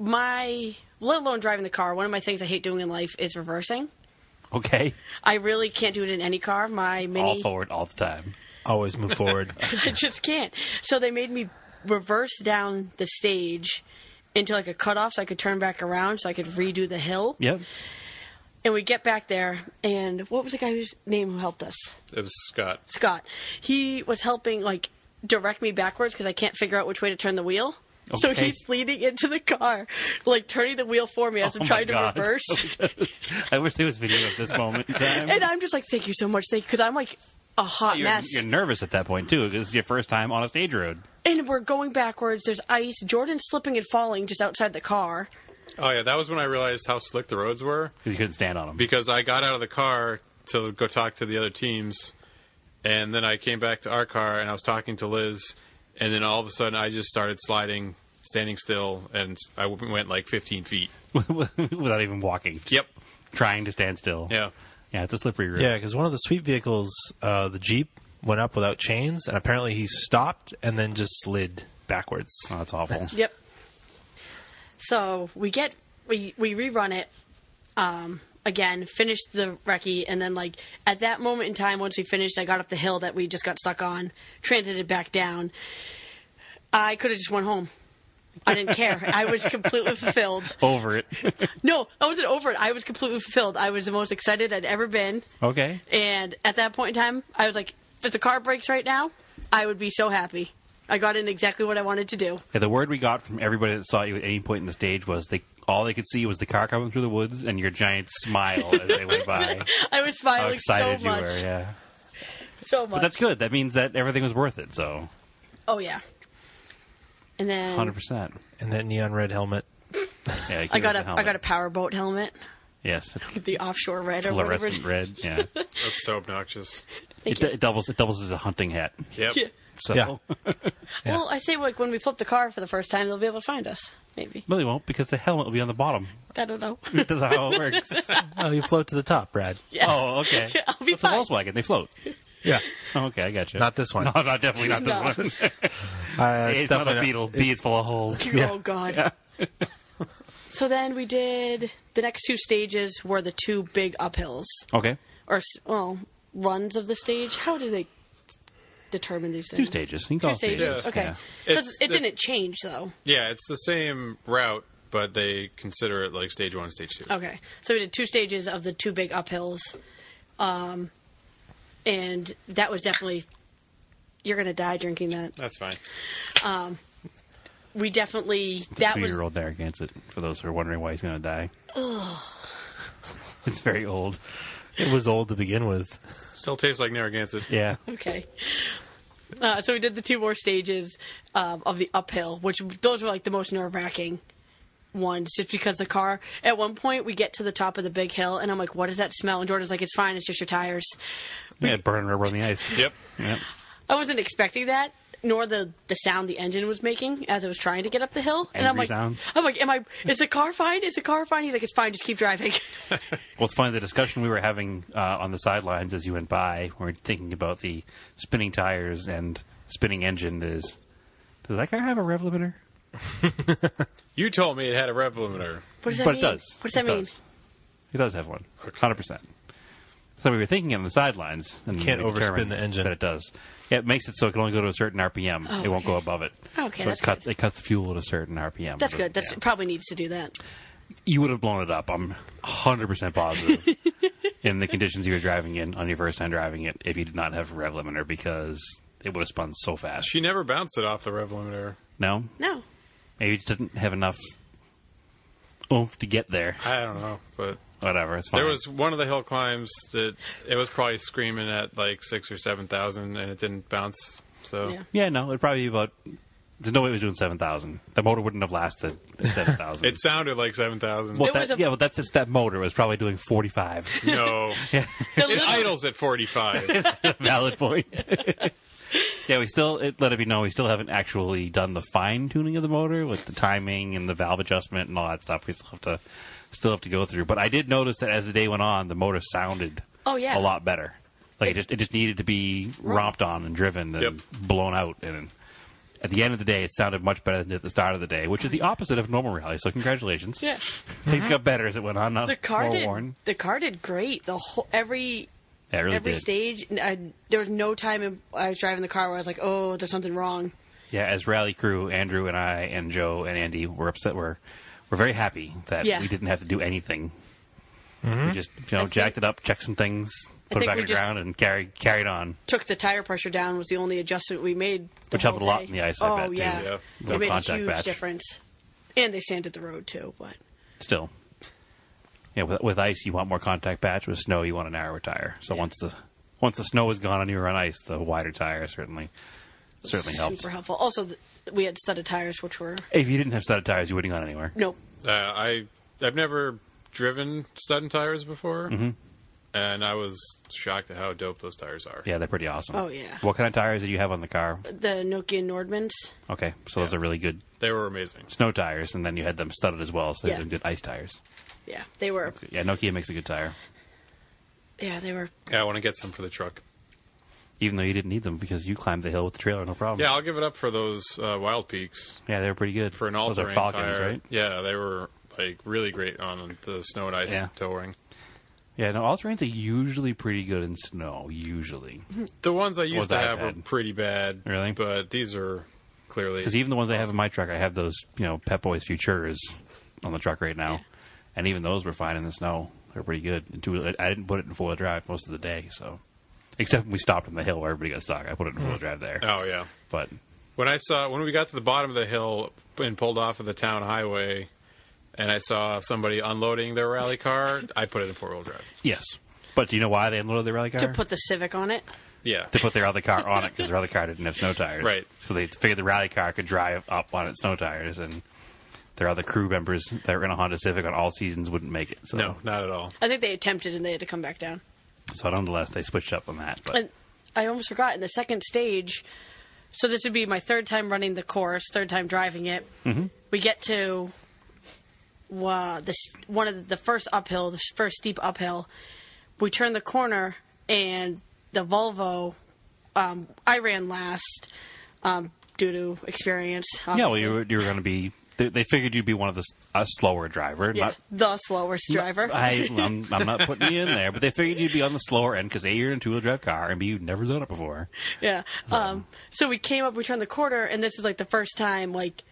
D: my, let alone driving the car, one of my things I hate doing in life is reversing.
B: okay.
D: I really can't do it in any car. My mini.
B: All forward, all the time.
A: Always move forward.
D: I just can't. So they made me reverse down the stage into like a cutoff so I could turn back around so I could redo the hill.
B: Yep.
D: And we get back there, and what was the guy whose name who helped us?
C: It was Scott.
D: Scott. He was helping like direct me backwards because I can't figure out which way to turn the wheel. So
B: Okay.
D: he's leaning into the car, like turning the wheel for me as
B: Oh
D: I'm
B: my
D: trying to
B: God.
D: reverse.
B: I wish there was video of this moment in time.
D: and I'm just like, thank you so much, thank you, because I'm like a hot
B: you're,
D: mess.
B: you're nervous at that point too because it's your first time on a stage road.
D: and we're going backwards. There's ice. Jordan's slipping and falling just outside the car.
C: Oh yeah, that was when I realized how slick the roads were
B: because you couldn't stand on them.
C: because I got out of the car to go talk to the other teams, and then I came back to our car and I was talking to Liz, and then all of a sudden I just started sliding, standing still, and I went like 15 feet.
B: without even walking. Just
C: Yep.
B: trying to stand still.
C: Yeah.
B: yeah, it's a slippery road.
A: yeah, because one of the sweep vehicles, uh, the Jeep, went up without chains, and apparently he stopped and then just slid backwards.
B: oh, that's awful.
D: Yep. So we get we we rerun it um, again, finish the recce, and then like at that moment in time, once we finished, I got up the hill that we just got stuck on, transited back down. I could have just went home. I didn't care. I was completely fulfilled.
B: Over it.
D: No, I wasn't over it. I was completely fulfilled. I was the most excited I'd ever been.
B: okay.
D: And at that point in time, I was like, if the car breaks right now, I would be so happy. I got in exactly what I wanted to do.
B: Yeah, the word we got from everybody that saw you at any point in the stage was they all they could see was the car coming through the woods and your giant smile as they went by.
D: I was
B: How
D: smiling so
B: excited you
D: much.
B: were! Yeah,
D: So much.
B: but that's good. That means that everything was worth it. So,
D: oh, yeah. And then
B: hundred percent.
A: And that neon red helmet.
B: Yeah, you
D: I got
B: can use the
D: a I
B: helmet.
D: got a powerboat helmet,
B: yes, it's
D: the offshore red or whatever.
B: fluorescent red. Yeah,
C: That's so obnoxious.
B: it, it doubles. It doubles as a hunting hat.
C: Yep.
D: Yeah.
B: So
A: Yeah.
D: Well, I say like when we flip the car for the first time, they'll be able to find us. Maybe.
B: No, they won't because the helmet will be on the bottom.
D: I don't know.
B: That's how it works.
A: Oh, you float to the top, Brad.
B: Oh, okay.
D: I'll be
B: It's a
D: fine.
B: Volkswagen. They float.
A: Yeah.
B: Oh, okay, I got you.
A: Not this one.
B: No, not definitely not this
D: No.
B: one.
A: Uh,
B: it's not a
A: definitely
B: beetle. B is full of holes.
D: Oh God. so then we did the next two stages were the two big uphills
B: Okay.
D: or s- well runs of the stage. How do they determine these things?
B: Two stages. You can
D: Two
B: call it stages.
D: stages. Okay.
B: Yeah.
D: Because
C: It's
D: it
C: the-
D: didn't change though.
C: Yeah, it's the same route, but they consider it like stage one, stage two.
D: Okay. So we did two stages of the two big uphills. Um, and that was definitely. You're going to die drinking that.
C: That's fine.
D: We definitely.
B: The
D: that
B: two
D: was.
B: year old there gets it, for those who are wondering why he's going to die. it's very old.
A: It was old to begin with.
C: Still tastes like Narragansett.
B: Yeah.
D: Okay. Uh, so we did the two more stages um, of the uphill, which those were like the most nerve wracking ones, just because the car. At one point, we get to the top of the big hill, and I'm like, "What is that smell?" And Jordan's like, "It's fine. It's just your tires."
B: Yeah, burning rubber on the ice.
C: Yep.
B: Yep.
D: I wasn't expecting that, nor the the sound the engine was making as it was trying to get up the hill. and I'm
B: Angry
D: like,
B: sounds.
D: I'm like, am I? Is the car fine? Is the car fine? He's like, it's fine. Just keep driving.
B: Well, it's funny the discussion we were having uh, on the sidelines as you went by. We were thinking about the spinning tires and spinning engine. Is does that car have a rev limiter?
C: You told me it had a rev limiter.
D: What does that
B: but
D: mean?
B: it does.
D: What does that
B: It
D: mean?
B: does. It does have one, hundred percent. So we were thinking on the sidelines, and
A: Can't
B: we determined
A: overspin the engine.
B: That it does. Yeah, it makes it so it can only go to a certain RPM.
D: Oh,
B: it won't
D: okay.
B: go above it.
D: Okay,
B: so
D: that's
B: it cuts
D: good.
B: it cuts fuel at a certain RPM.
D: That's
B: It
D: good.
B: doesn't-
D: That's
B: yeah.
D: it probably needs to do that.
B: you would have blown it up. I'm hundred percent positive in the conditions you were driving in on your first time driving it if you did not have a rev limiter because it would have spun so fast.
C: She never bounced it off the rev limiter.
B: No,
D: No.
B: maybe it just didn't have enough oomph to get there.
C: I don't know, but
B: Whatever, it's fine.
C: there was one of the hill climbs that it was probably screaming at like six or seven thousand, and it didn't bounce. So
D: Yeah.
B: yeah, no, it'd probably be about. There's no way it was doing seven thousand. The motor wouldn't have lasted seven thousand.
C: it sounded like seven thousand.
B: well,
D: It was
B: that,
D: a-
B: yeah, well, that's just that motor was probably doing forty five.
C: no,
D: The
C: it
D: little-
C: idles at forty-five.
B: Valid point. yeah, we still it, let it be known we still haven't actually done the fine tuning of the motor with the timing and the valve adjustment and all that stuff. We still have to still have to go through. But I did notice that as the day went on, the motor sounded
D: Oh, yeah.
B: a lot better. Like it, just it just needed to be romped on and driven and
C: Yep.
B: blown out and. At the end of the day, it sounded much better than at the start of the day, which is the opposite of normal rally. So, congratulations!
D: Yeah.
B: Things got better as it went on. Not
D: The car
B: more
D: did.
B: worn.
D: The car did great. The whole every
B: Yeah, it really
D: every
B: did.
D: stage. n- I, there was no time in, I was driving the car where I was like, "Oh, there's something wrong."
B: Yeah, as rally crew, Andrew and I and Joe and Andy were upset. We're we're very happy that
D: Yeah.
B: we didn't have to do anything. We just you know
D: think-
B: jacked it up, checked some things,
D: I
B: put it
D: think
B: back
D: we
B: in the
D: just-
B: ground, and carried carried on.
D: Took the tire pressure down was the only adjustment we made. the
B: Which helped
D: whole
B: a lot
D: day.
B: in the ice, I
D: Oh
B: bet, too.
D: yeah,
C: Yeah.
D: It
B: No
D: made a
B: contact
D: huge
B: batch.
D: difference. And they sanded the road too, but
B: Still, yeah, with, with ice you want more contact patch. With snow you want a narrower tire. So
D: Yeah.
B: once the once the snow is gone and you were on ice, the wider tire certainly certainly helps.
D: super helpful. Also, th- we had studded tires, which were
B: If you didn't have studded tires, you wouldn't have gone anywhere.
D: no.
C: Uh, I I've never driven stud and tires before, and I was shocked at how dope those tires are.
B: Yeah, they're pretty awesome.
D: Oh, yeah. Uh,
B: What kind of tires did you have on the car?
D: The Nokia Nordmans.
B: Okay, so those are really good
C: They were amazing.
B: snow tires, and then you had them studded as well, so they
D: Yeah.
B: had good ice tires.
D: Yeah, they were.
B: Yeah, Nokia makes a good tire,
D: Yeah, they were.
C: Yeah, I want to get some for the truck.
B: even though you didn't need them because you climbed the hill with the trailer, no problem.
C: Yeah, I'll give it up for those uh, Wild Peaks
B: yeah, they were pretty good
C: for an all
B: Those are
C: terrain
B: Falcons,
C: tire.
B: right?
C: Yeah, they were like really great on the snow and ice
B: Yeah.
C: touring.
B: Yeah, no, all terrains are usually pretty good in snow. Usually,
C: The ones I used
B: Ones
C: to
B: I've
C: have were
B: had.
C: pretty bad,
B: Really?
C: But these are clearly
B: because even the ones I have in my truck, I have those you know Pep Boys Futuras on the truck right now,
D: Yeah.
B: and even those were fine in the snow. They're pretty good. And two, I didn't put it in four wheel drive most of the day, so except when we stopped on the hill where everybody got stuck, I put it in four wheel drive there.
C: oh yeah.
B: But
C: When I saw when we got to the bottom of the hill and pulled off of the town highway, and I saw somebody unloading their rally car, I put it in four wheel drive.
B: yes, but do you know why they unloaded the rally car?
D: To put the Civic on it.
C: Yeah,
B: to put their other car on it because their other car didn't have snow tires.
C: Right.
B: So they figured the rally car could drive up on its snow tires, and their other crew members that were in a Honda Civic on all seasons wouldn't make it. So,
C: no, not at all.
D: I think they attempted and they had to come back down.
B: so nonetheless, they switched up on that. But
D: And I almost forgot in the second stage, So this would be my third time running the course, third time driving it.
B: Mm-hmm.
D: We get to uh, the, s- one of the, the first uphill, the first steep uphill. We turn the corner, and the Volvo. Um, I ran last um, due to experience.
B: Yeah, well,
D: obviously.
B: you were, you were going to be. They, they figured you'd be one of the s- a slower driver.
D: yeah,
B: not-
D: the slowest driver.
B: I, I'm, I'm not putting you in there, but they figured you'd be on the slower end because a you're in a two wheel drive car and b you've never done it before.
D: Yeah. Um, so we came up, we turned the corner, and this is like the first time like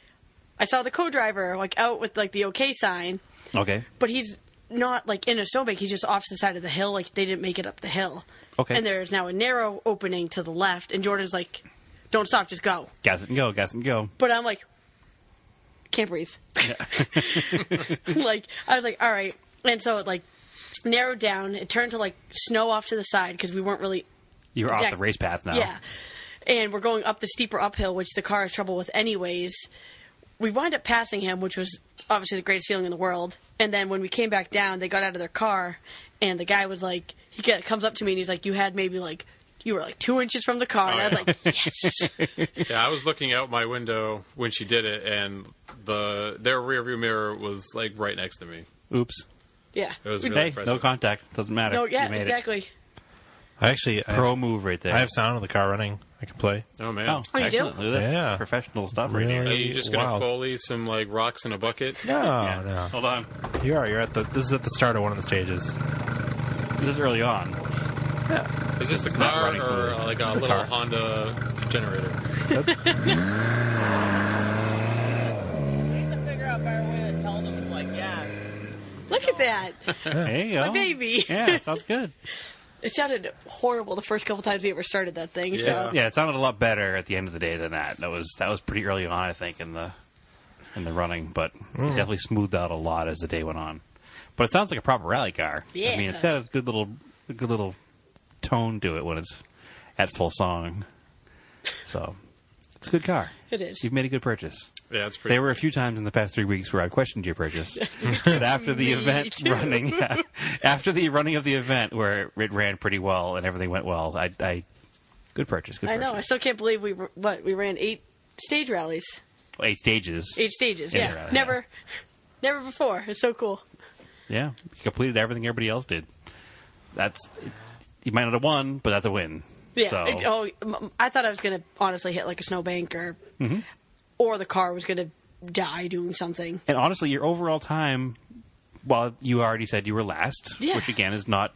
D: I saw the co-driver like out with like the OK sign,
B: Okay,
D: but he's not like in a snowbank. He's just off to the side of the hill. Like they didn't make it up the hill.
B: Okay.
D: And there's now a narrow opening to the left, and Jordan's like, "Don't stop, just go."
B: gas it and go, gas it and go.
D: But I'm like, can't breathe. like I was like, all right, and so it like narrowed down. It turned to like snow off to the side because we weren't really
B: You're off
D: Exact-
B: the race path now.
D: yeah. And we're going up the steeper uphill, which the car has trouble with anyways. We wind up passing him, which was obviously the greatest feeling in the world. And then when we came back down, they got out of their car, and the guy was like, he get, comes up to me and he's like, "You had maybe like, you were like two inches from the car." and I
B: Oh,
D: was like, "Yes."
C: Yeah, I was looking out my window when she did it, and the their rear view mirror was like right next to me.
B: Oops.
D: yeah.
C: It was really
B: Hey, no
C: impressive.
B: contact. Doesn't matter.
D: no, yeah,
B: you made
D: exactly.
A: I actually I
B: It.
A: have,
B: Pro move right there.
A: I have sound of the car running. I can play.
C: Oh man.
B: Oh,
D: Oh, you do?
B: excellent. Look at this.
A: Yeah.
B: Professional stuff right
A: Really?
B: here.
C: Are you just gonna
A: Wow.
C: foley some like rocks in a bucket?
A: No,
B: Yeah.
A: no.
B: Hold on.
A: You are. You're at the. This is at the start of one of the stages.
B: This is early on.
C: Is this the
A: not
C: car
A: running smoothly.
C: or uh, like a
A: It's the
C: little
A: car.
C: Honda generator?
E: need to figure out a better way to tell them. It's like, yeah,
D: Look at that.
B: There you go.
D: My baby.
B: Yeah, sounds good.
D: It sounded horrible the first couple times we ever started that thing.
C: Yeah.
D: So
B: Yeah, it sounded a lot better at the end of the day than that. That was that was pretty early on, I think, in the in the running, but it definitely smoothed out a lot as the day went on. But it sounds like a proper rally car.
D: Yeah,
B: I
D: it
B: mean, it's
D: does.
B: got a good little a good little tone to it when it's at full song. So it's a good car.
D: it is.
B: You've made a good purchase.
C: Yeah, it's pretty.
B: There were a few times in the past three weeks where I questioned your purchase, but after the event
D: too.
B: running, after the running of the event where it ran pretty well and everything went well, I, I good purchase, good
D: I
B: purchase.
D: know. I still can't believe we were- what we ran eight stage rallies.
B: eight stages.
D: Eight stages,
B: Yeah,
D: yeah.
B: right, yeah.
D: never, never before. It's so cool.
B: Yeah, you completed everything everybody else did. That's you might not have won, but that's a win.
D: Yeah.
B: So,
D: It- oh, m- m- I thought I was gonna honestly hit like a snowbank or,
B: Mm-hmm.
D: or the car was gonna die doing something.
B: and honestly, your overall time, well, you already said you were last,
D: Yeah.
B: which again is not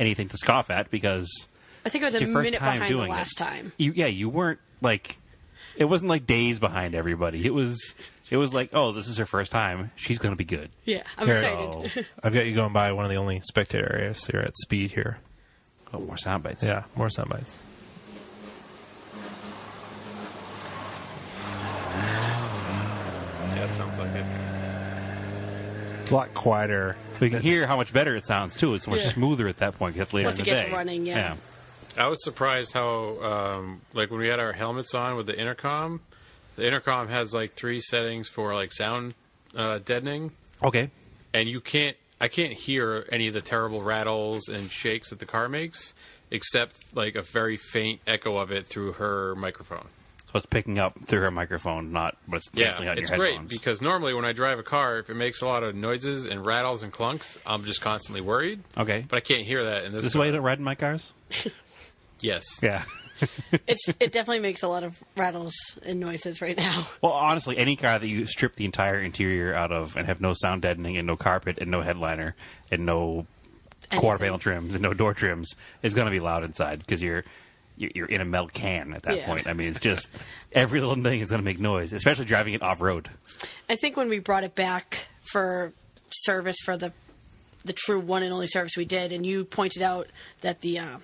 B: anything to scoff at because
D: I think I was
B: It's
D: a
B: your first
D: minute
B: time
D: behind the
B: doing it.
D: last time.
B: you yeah you weren't like it wasn't like days behind everybody. It was it was like oh this is her first time, she's gonna be good. Oh,
D: Yeah, I'm
A: Here.
D: excited.
B: So,
A: I've got you going by one of the only spectator areas. So you're at speed here.
B: oh, more sound bites.
A: Yeah, more sound bites.
C: Yeah, it sounds like it.
A: It's a lot quieter.
B: we can hear how much better it sounds too. It's so much
D: Yeah.
B: smoother at that point. 'cause That's later
D: Once
B: in
D: it
B: the
D: gets
B: day.
D: running, yeah.
C: I was surprised how, um, like, when we had our helmets on with the intercom, the intercom has like three settings for like sound uh, deadening,
B: Okay.
C: and you can't, I can't hear any of the terrible rattles and shakes that the car makes, except like a very faint echo of it through her microphone.
B: So it's picking up through her microphone, not but it's
C: Yeah,
B: canceling out
C: it's
B: your
C: great
B: headphones.
C: because normally when I drive a car, if it makes a lot of noises and rattles and clunks, I'm just constantly worried.
B: okay.
C: But I can't hear that in this.
B: This is why you
C: car.
B: don't ride in my cars?
C: Yes.
B: Yeah.
D: It's it definitely makes a lot of rattles and noises right now.
B: Well, honestly, any car that you strip the entire interior out of and have no sound deadening and no carpet and no headliner and no quarter panel
D: Anything.
B: trims and no door trims is going to be loud inside because you're you're you're in a metal can at that
D: Yeah.
B: point. I mean, it's just every little thing is going to make noise, especially driving it off road.
D: I think when we brought it back for service for the the true one and only service we did, and you pointed out that the uh,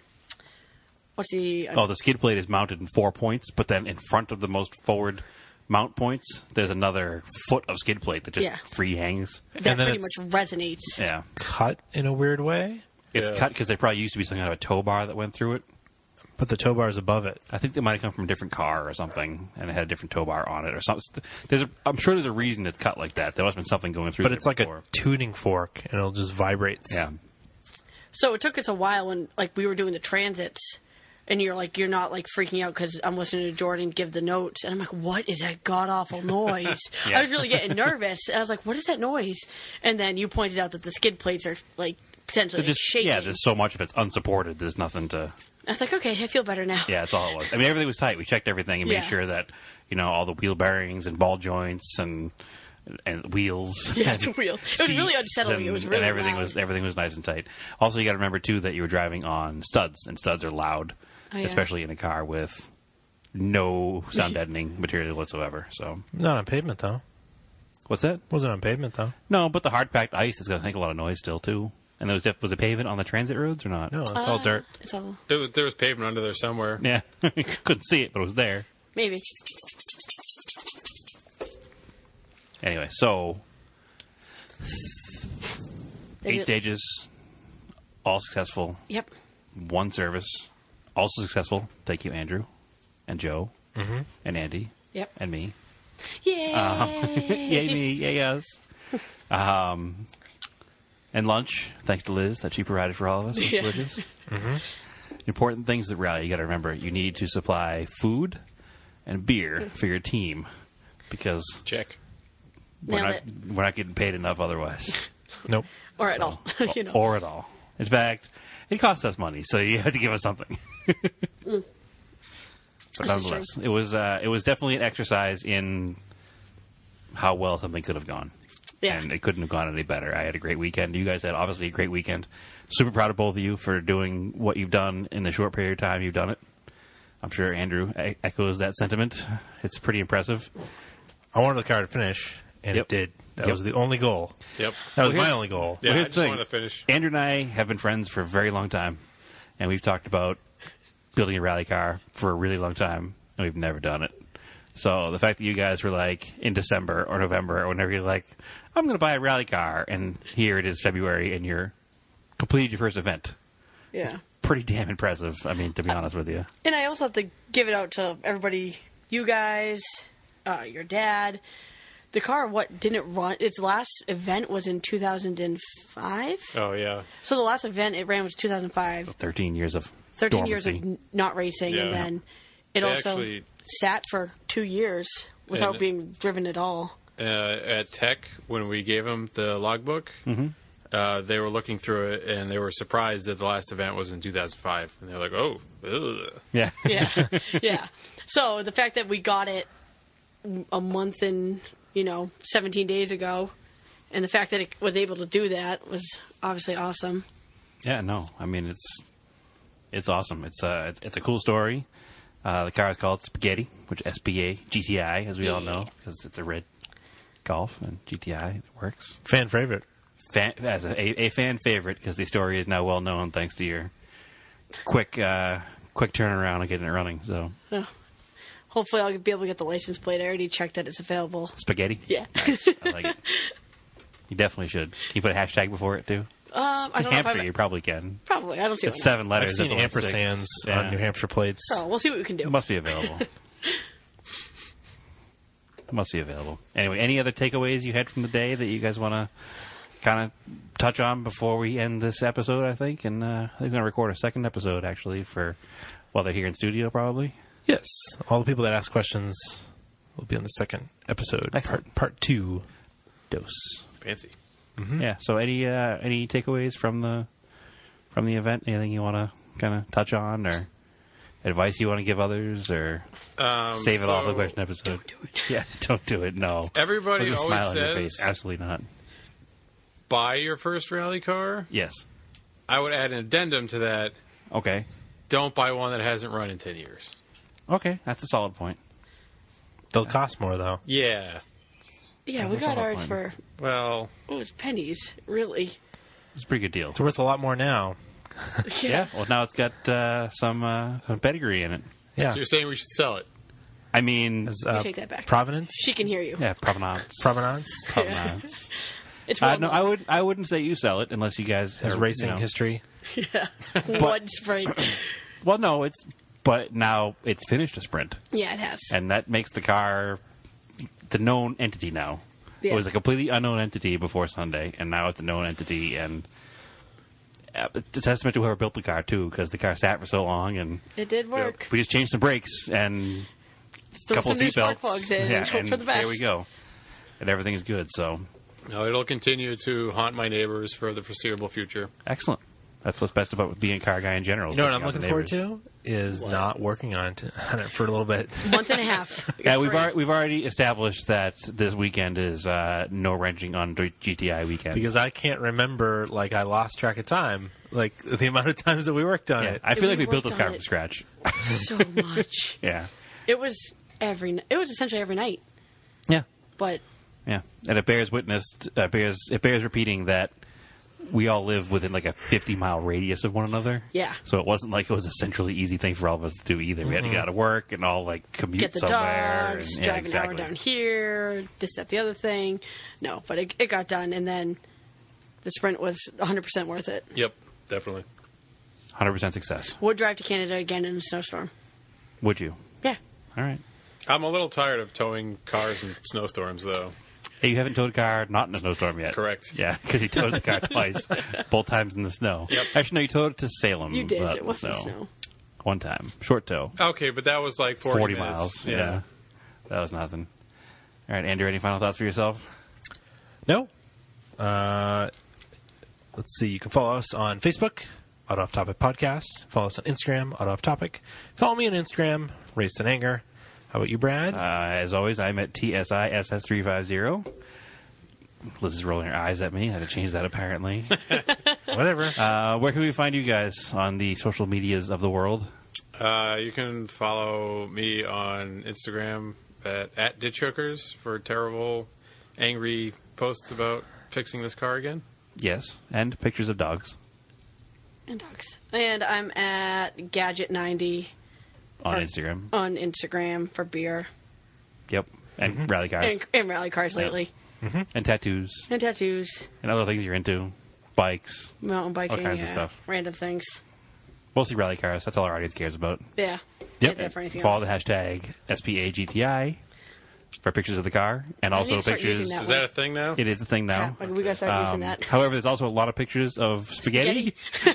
D: what's the uh,
B: Oh, the skid plate is mounted in four points, but then in front of the most forward mount points, there's another foot of skid plate that just
D: Yeah.
B: free hangs.
D: that
A: and then
D: pretty
A: it's-
D: much resonates.
B: Yeah,
A: Cut in a weird way,
B: it's
C: Yeah.
B: cut because they probably used to be some kind of a tow bar that went through it.
A: but the tow bar's above it.
B: I think they might have come from a different car or something, and it had a different tow bar on it or something. There's, a, I'm sure there's a reason it's cut like that. There must have been something going through.
A: But
B: there
A: it's like
B: before.
A: a tuning fork, and it'll just vibrate.
B: yeah.
D: So it took us a while when like we were doing the transits and you're like you're not like freaking out because I'm listening to Jordan give the notes, and I'm like, what is that god awful noise? I was really getting nervous, and I was like, what is that noise? And then you pointed out that the skid plates are like potentially
B: Just
D: shaking.
B: yeah, there's so much of it's unsupported. There's nothing to.
D: I was like, okay, I feel better now.
B: Yeah, that's all it was. I mean, everything was tight. We checked everything and
D: Yeah.
B: made sure that you know all the wheel bearings and ball joints and and wheels.
D: Yeah,
B: and
D: the wheels. It was really
B: seats
D: unsettling.
B: And,
D: It was really
B: and everything
D: loud.
B: was everything was nice and tight. Also, you got to remember too that you were driving on studs, and studs are loud,
D: Oh, yeah.
B: especially in a car with no sound deadening material whatsoever. So,
A: Not on pavement though.
B: what's that?
A: Wasn't on pavement though.
B: No, but the hard packed ice is going to make a lot of noise still too. And there was def- was it pavement on the transit roads or not?
A: No, it's
D: Uh,
A: all dirt.
D: It's all
C: It was, there was pavement under there somewhere.
B: Yeah, couldn't see it, but it was there.
D: maybe.
B: Anyway, so
D: Maybe-
B: eight stages, all successful,
D: Yep.
B: one service, also successful. Thank you, Andrew, and Joe, and Andy,
D: Yep.
B: and me.
D: Yay!
B: Yay me, yay us. Um, and lunch, thanks to Liz that she provided for all of us. It was
D: Yeah.
B: delicious. Mm-hmm. Important things that rally. You got to remember, you need to supply food and beer for your team because
C: Check.
B: we're
D: Nailed
B: not, we're not getting paid enough otherwise.
A: Nope.
D: or at all, you know.
B: or at all. In fact, it costs us money, so you have to give us something. but
D: This is
B: nonetheless, it was uh, it was definitely an exercise in how well something could have gone,
D: yeah.
B: and it couldn't have gone any better. I had a great weekend. You guys had obviously a great weekend. Super proud of both of you for doing what you've done in the short period of time you've done it. I'm sure Andrew e- echoes that sentiment. It's pretty impressive.
A: I wanted the car to finish, and
B: Yep.
A: it did. That
B: Yep.
A: was the only goal.
C: Yep.
A: That was
B: Well,
A: my
B: here's-
A: only goal.
C: Yeah,
B: Well,
C: I
B: here's
C: just
B: the thing.
C: wanted to finish.
B: Andrew and I have been friends for a very long time, and we've talked about building a rally car for a really long time, and we've never done it. So the fact that you guys were like in December or November or whenever you're like, I'm going to buy a rally car, and here it is February, and you're completed your first event.
D: yeah.
B: Pretty damn impressive. I mean, to be honest with you,
D: And I also have to give it out to everybody, you guys, uh, your dad. The car, what didn't run? Its last event was in 2005.
C: Oh yeah.
D: So the last event it ran was 2005.
B: 13 years of
D: 13 years of
B: dormancy.
D: n- not racing, and
C: Yeah.
D: then it
C: They
D: also
C: actually-
D: sat for two years without
C: And-
D: being driven at all.
C: Uh, at Tech, when we gave them the logbook,
B: Mm-hmm.
C: uh, they were looking through it and they were surprised that the last event was in 2005. And they're like, "Oh, ugh.
B: yeah.
D: Yeah, yeah. So the fact that we got it a month and you know 17 days ago, and the fact that it was able to do that was obviously awesome.
B: Yeah, no. I mean, it's it's awesome. It's a it's, it's a cool story. Uh, the car is called Spaghetti, which S P A G T I, as we all know, because it's a red Golf and GTI. It works.
A: Fan favorite.
B: Fan, as a, a, a fan favorite, because the story is now well known thanks to your quick uh, quick turnaround and getting it running. So
D: So hopefully I'll be able to get the license plate. I already checked that it's available.
B: Spaghetti.
D: Yeah. Um,
B: I like it. You definitely should. Can you put a hashtag before it too?
D: Um, I don't know if
B: Hampshire, you
D: I've,
B: probably can.
D: probably. I don't see
B: It's
D: why not.
B: seven
A: I've
B: letters.
A: seen
B: that's only six.
A: ampersands
B: Yeah.
A: on New Hampshire plates.
D: So we'll see what we can do.
B: It must be available. it must be available. Anyway, any other takeaways you had from the day that you guys want to kind of touch on before we end this episode? I think, and uh, I think we're going to record a second episode actually for while they're here in studio, probably.
A: Yes. All the people that ask questions will be on the second episode,
B: Excellent.
A: part part two.
B: Dose.
C: fancy." Mm-hmm.
B: Yeah. So any uh, any takeaways from the from the event? Anything you want to kind of touch on or? Advice you want to give others, or
C: Um,
B: save it all for
C: so
B: the question episode? Don't do it. Yeah, don't do it. No.
C: Everybody
B: With a
C: always
B: smile on your
C: says,
B: face. absolutely not.
C: "Buy your first rally car."
B: Yes.
C: I would add an addendum to that:
B: Okay.
C: don't buy one that hasn't run in 10 years.
B: Okay, that's a solid point.
A: They'll cost more though.
C: Yeah.
D: yeah, we
B: that's
D: got
B: all
D: ours
B: fine.
D: for
C: Well,
D: it was pennies, really.
B: It's a pretty good deal.
A: It's worth a lot more now.
D: Yeah.
B: Well, now it's got uh, some uh, some pedigree in it.
A: Yeah.
C: so you're saying we should sell it?
B: I mean,
A: As, uh,
D: We take that back.
A: Provenance?
D: She can hear you.
B: yeah, provenance.
A: Provenance?
B: Provenance.
D: It's
B: Uh,
D: well
B: no, I would. I wouldn't say you sell it unless you guys
A: As
B: are,
A: racing
B: you know-
A: history.
D: one sprint.
B: Well, no, it's but now it's finished a sprint,
D: Yeah, it has.
B: and that makes the car the known entity now. It
D: Yeah.
B: was a completely unknown entity before Sunday, and now it's a known entity, and uh, it's a testament to whoever built the car too, because the car sat for so long, and
D: It did work.
B: we just changed the brakes and a
D: Throw
B: couple
D: some new spark plugs
B: seatbelts.
D: in and hope for the best.
B: There we go, and everything's good. So
C: No, it'll continue to haunt my neighbors for the foreseeable future.
B: excellent. That's what's best about being a car guy in general.
A: You know what
B: is
A: I'm
B: working
A: looking
B: on
A: forward
B: the neighbors.
A: to is not working on it, on it for a little bit.
D: Month and a half.
B: Yeah, we've
D: Free.
B: already, we've already established that this weekend is uh, no wrenching on the GTI weekend.
A: because I can't remember. Like I lost track of time. Like the amount of times that we worked on
B: yeah,
A: it.
B: I feel
D: We
B: like we built this
D: worked on
B: car
D: it.
B: from scratch.
D: so much.
B: Yeah,
D: It was every. n- It was essentially every night,
B: yeah,
D: but
B: yeah. And it bears witnessed. Uh, bears it bears repeating that we all live within like a 50 mile radius of one another.
D: Yeah.
B: So it wasn't like it was a centrally easy thing for all of us to do either. We had to get out of work and all like commute
D: Mm-hmm. get the
B: somewhere.
D: dogs,
B: and, yeah,
D: drive
B: exactly.
D: an hour down here, this, that, the other thing. No, but it, it got done, and then the sprint was 100% worth it.
C: Yep, definitely.
B: 100% success.
D: Would drive to Canada again in a snowstorm.
B: Would you?
D: Yeah.
B: All right.
C: I'm a little tired of towing cars in snowstorms, though.
B: Hey, you haven't towed a car not in a snowstorm yet.
C: Correct.
B: Yeah, because you towed the car twice, both times in the snow.
C: Yep.
B: Actually, no, you towed it to Salem.
D: You did.
B: uh,
D: it wasn't
B: snow.
D: snow.
B: One time, short tow,
C: Okay, but that was like 40,
B: forty,
C: minutes.
B: miles. Yeah. that was nothing. All right, Andrew, any final thoughts for yourself?
A: No. Uh, let's see. You can follow us on Facebook, Auto Off Topic Podcast. Follow us on Instagram, Auto Off Topic. Follow me on Instagram, Race and Anger. How about you, Brad?
B: Uh, as always, I'm at TSISS three five zero. Liz is rolling her eyes at me. I had to change that apparently.
A: Whatever.
B: uh, where can we find you guys on the social medias of the world?
C: Uh, you can follow me on Instagram at, at Ditchhookers for terrible, angry posts about fixing this car again.
B: Yes, and pictures of dogs
D: And dogs. And I'm at Gadget90
B: on
D: Or-
B: Instagram.
D: on Instagram for beer
B: Yep, and rally cars
D: and, and rally cars
B: Yeah.
D: lately,
B: and tattoos.
D: and tattoos,
B: and other things you're into, bikes,
D: mountain biking,
B: kinds of
D: yeah,
B: stuff.
D: random things.
B: mostly rally cars. That's all our audience cares about.
D: Yeah. Can't do it for anything
B: Follow
D: else.
B: the hashtag SPAGTI for pictures of the car and also
D: need to start
B: pictures.
D: using
C: Is that a thing now?
B: It is a thing now.
D: Yeah, like, we gotta start using
B: Um,
D: that.
B: However, there's also a lot of pictures of spaghetti.
D: I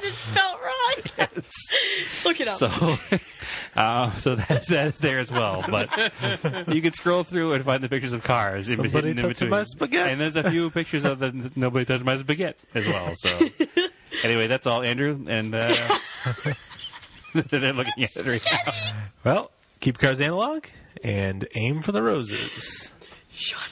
D: just spelled wrong. Look it up.
B: So, uh, so that's that is there as well. But you can scroll through and find the pictures of cars. in-
A: Somebody
B: hidden in
A: touched
B: between.
A: my spaghetti.
B: And there's a few pictures of the nobody touched my spaghetti as well. So anyway, that's all, Andrew. And uh, they're looking at it right now.
A: well, keep cars analog and aim for the roses.
D: Shut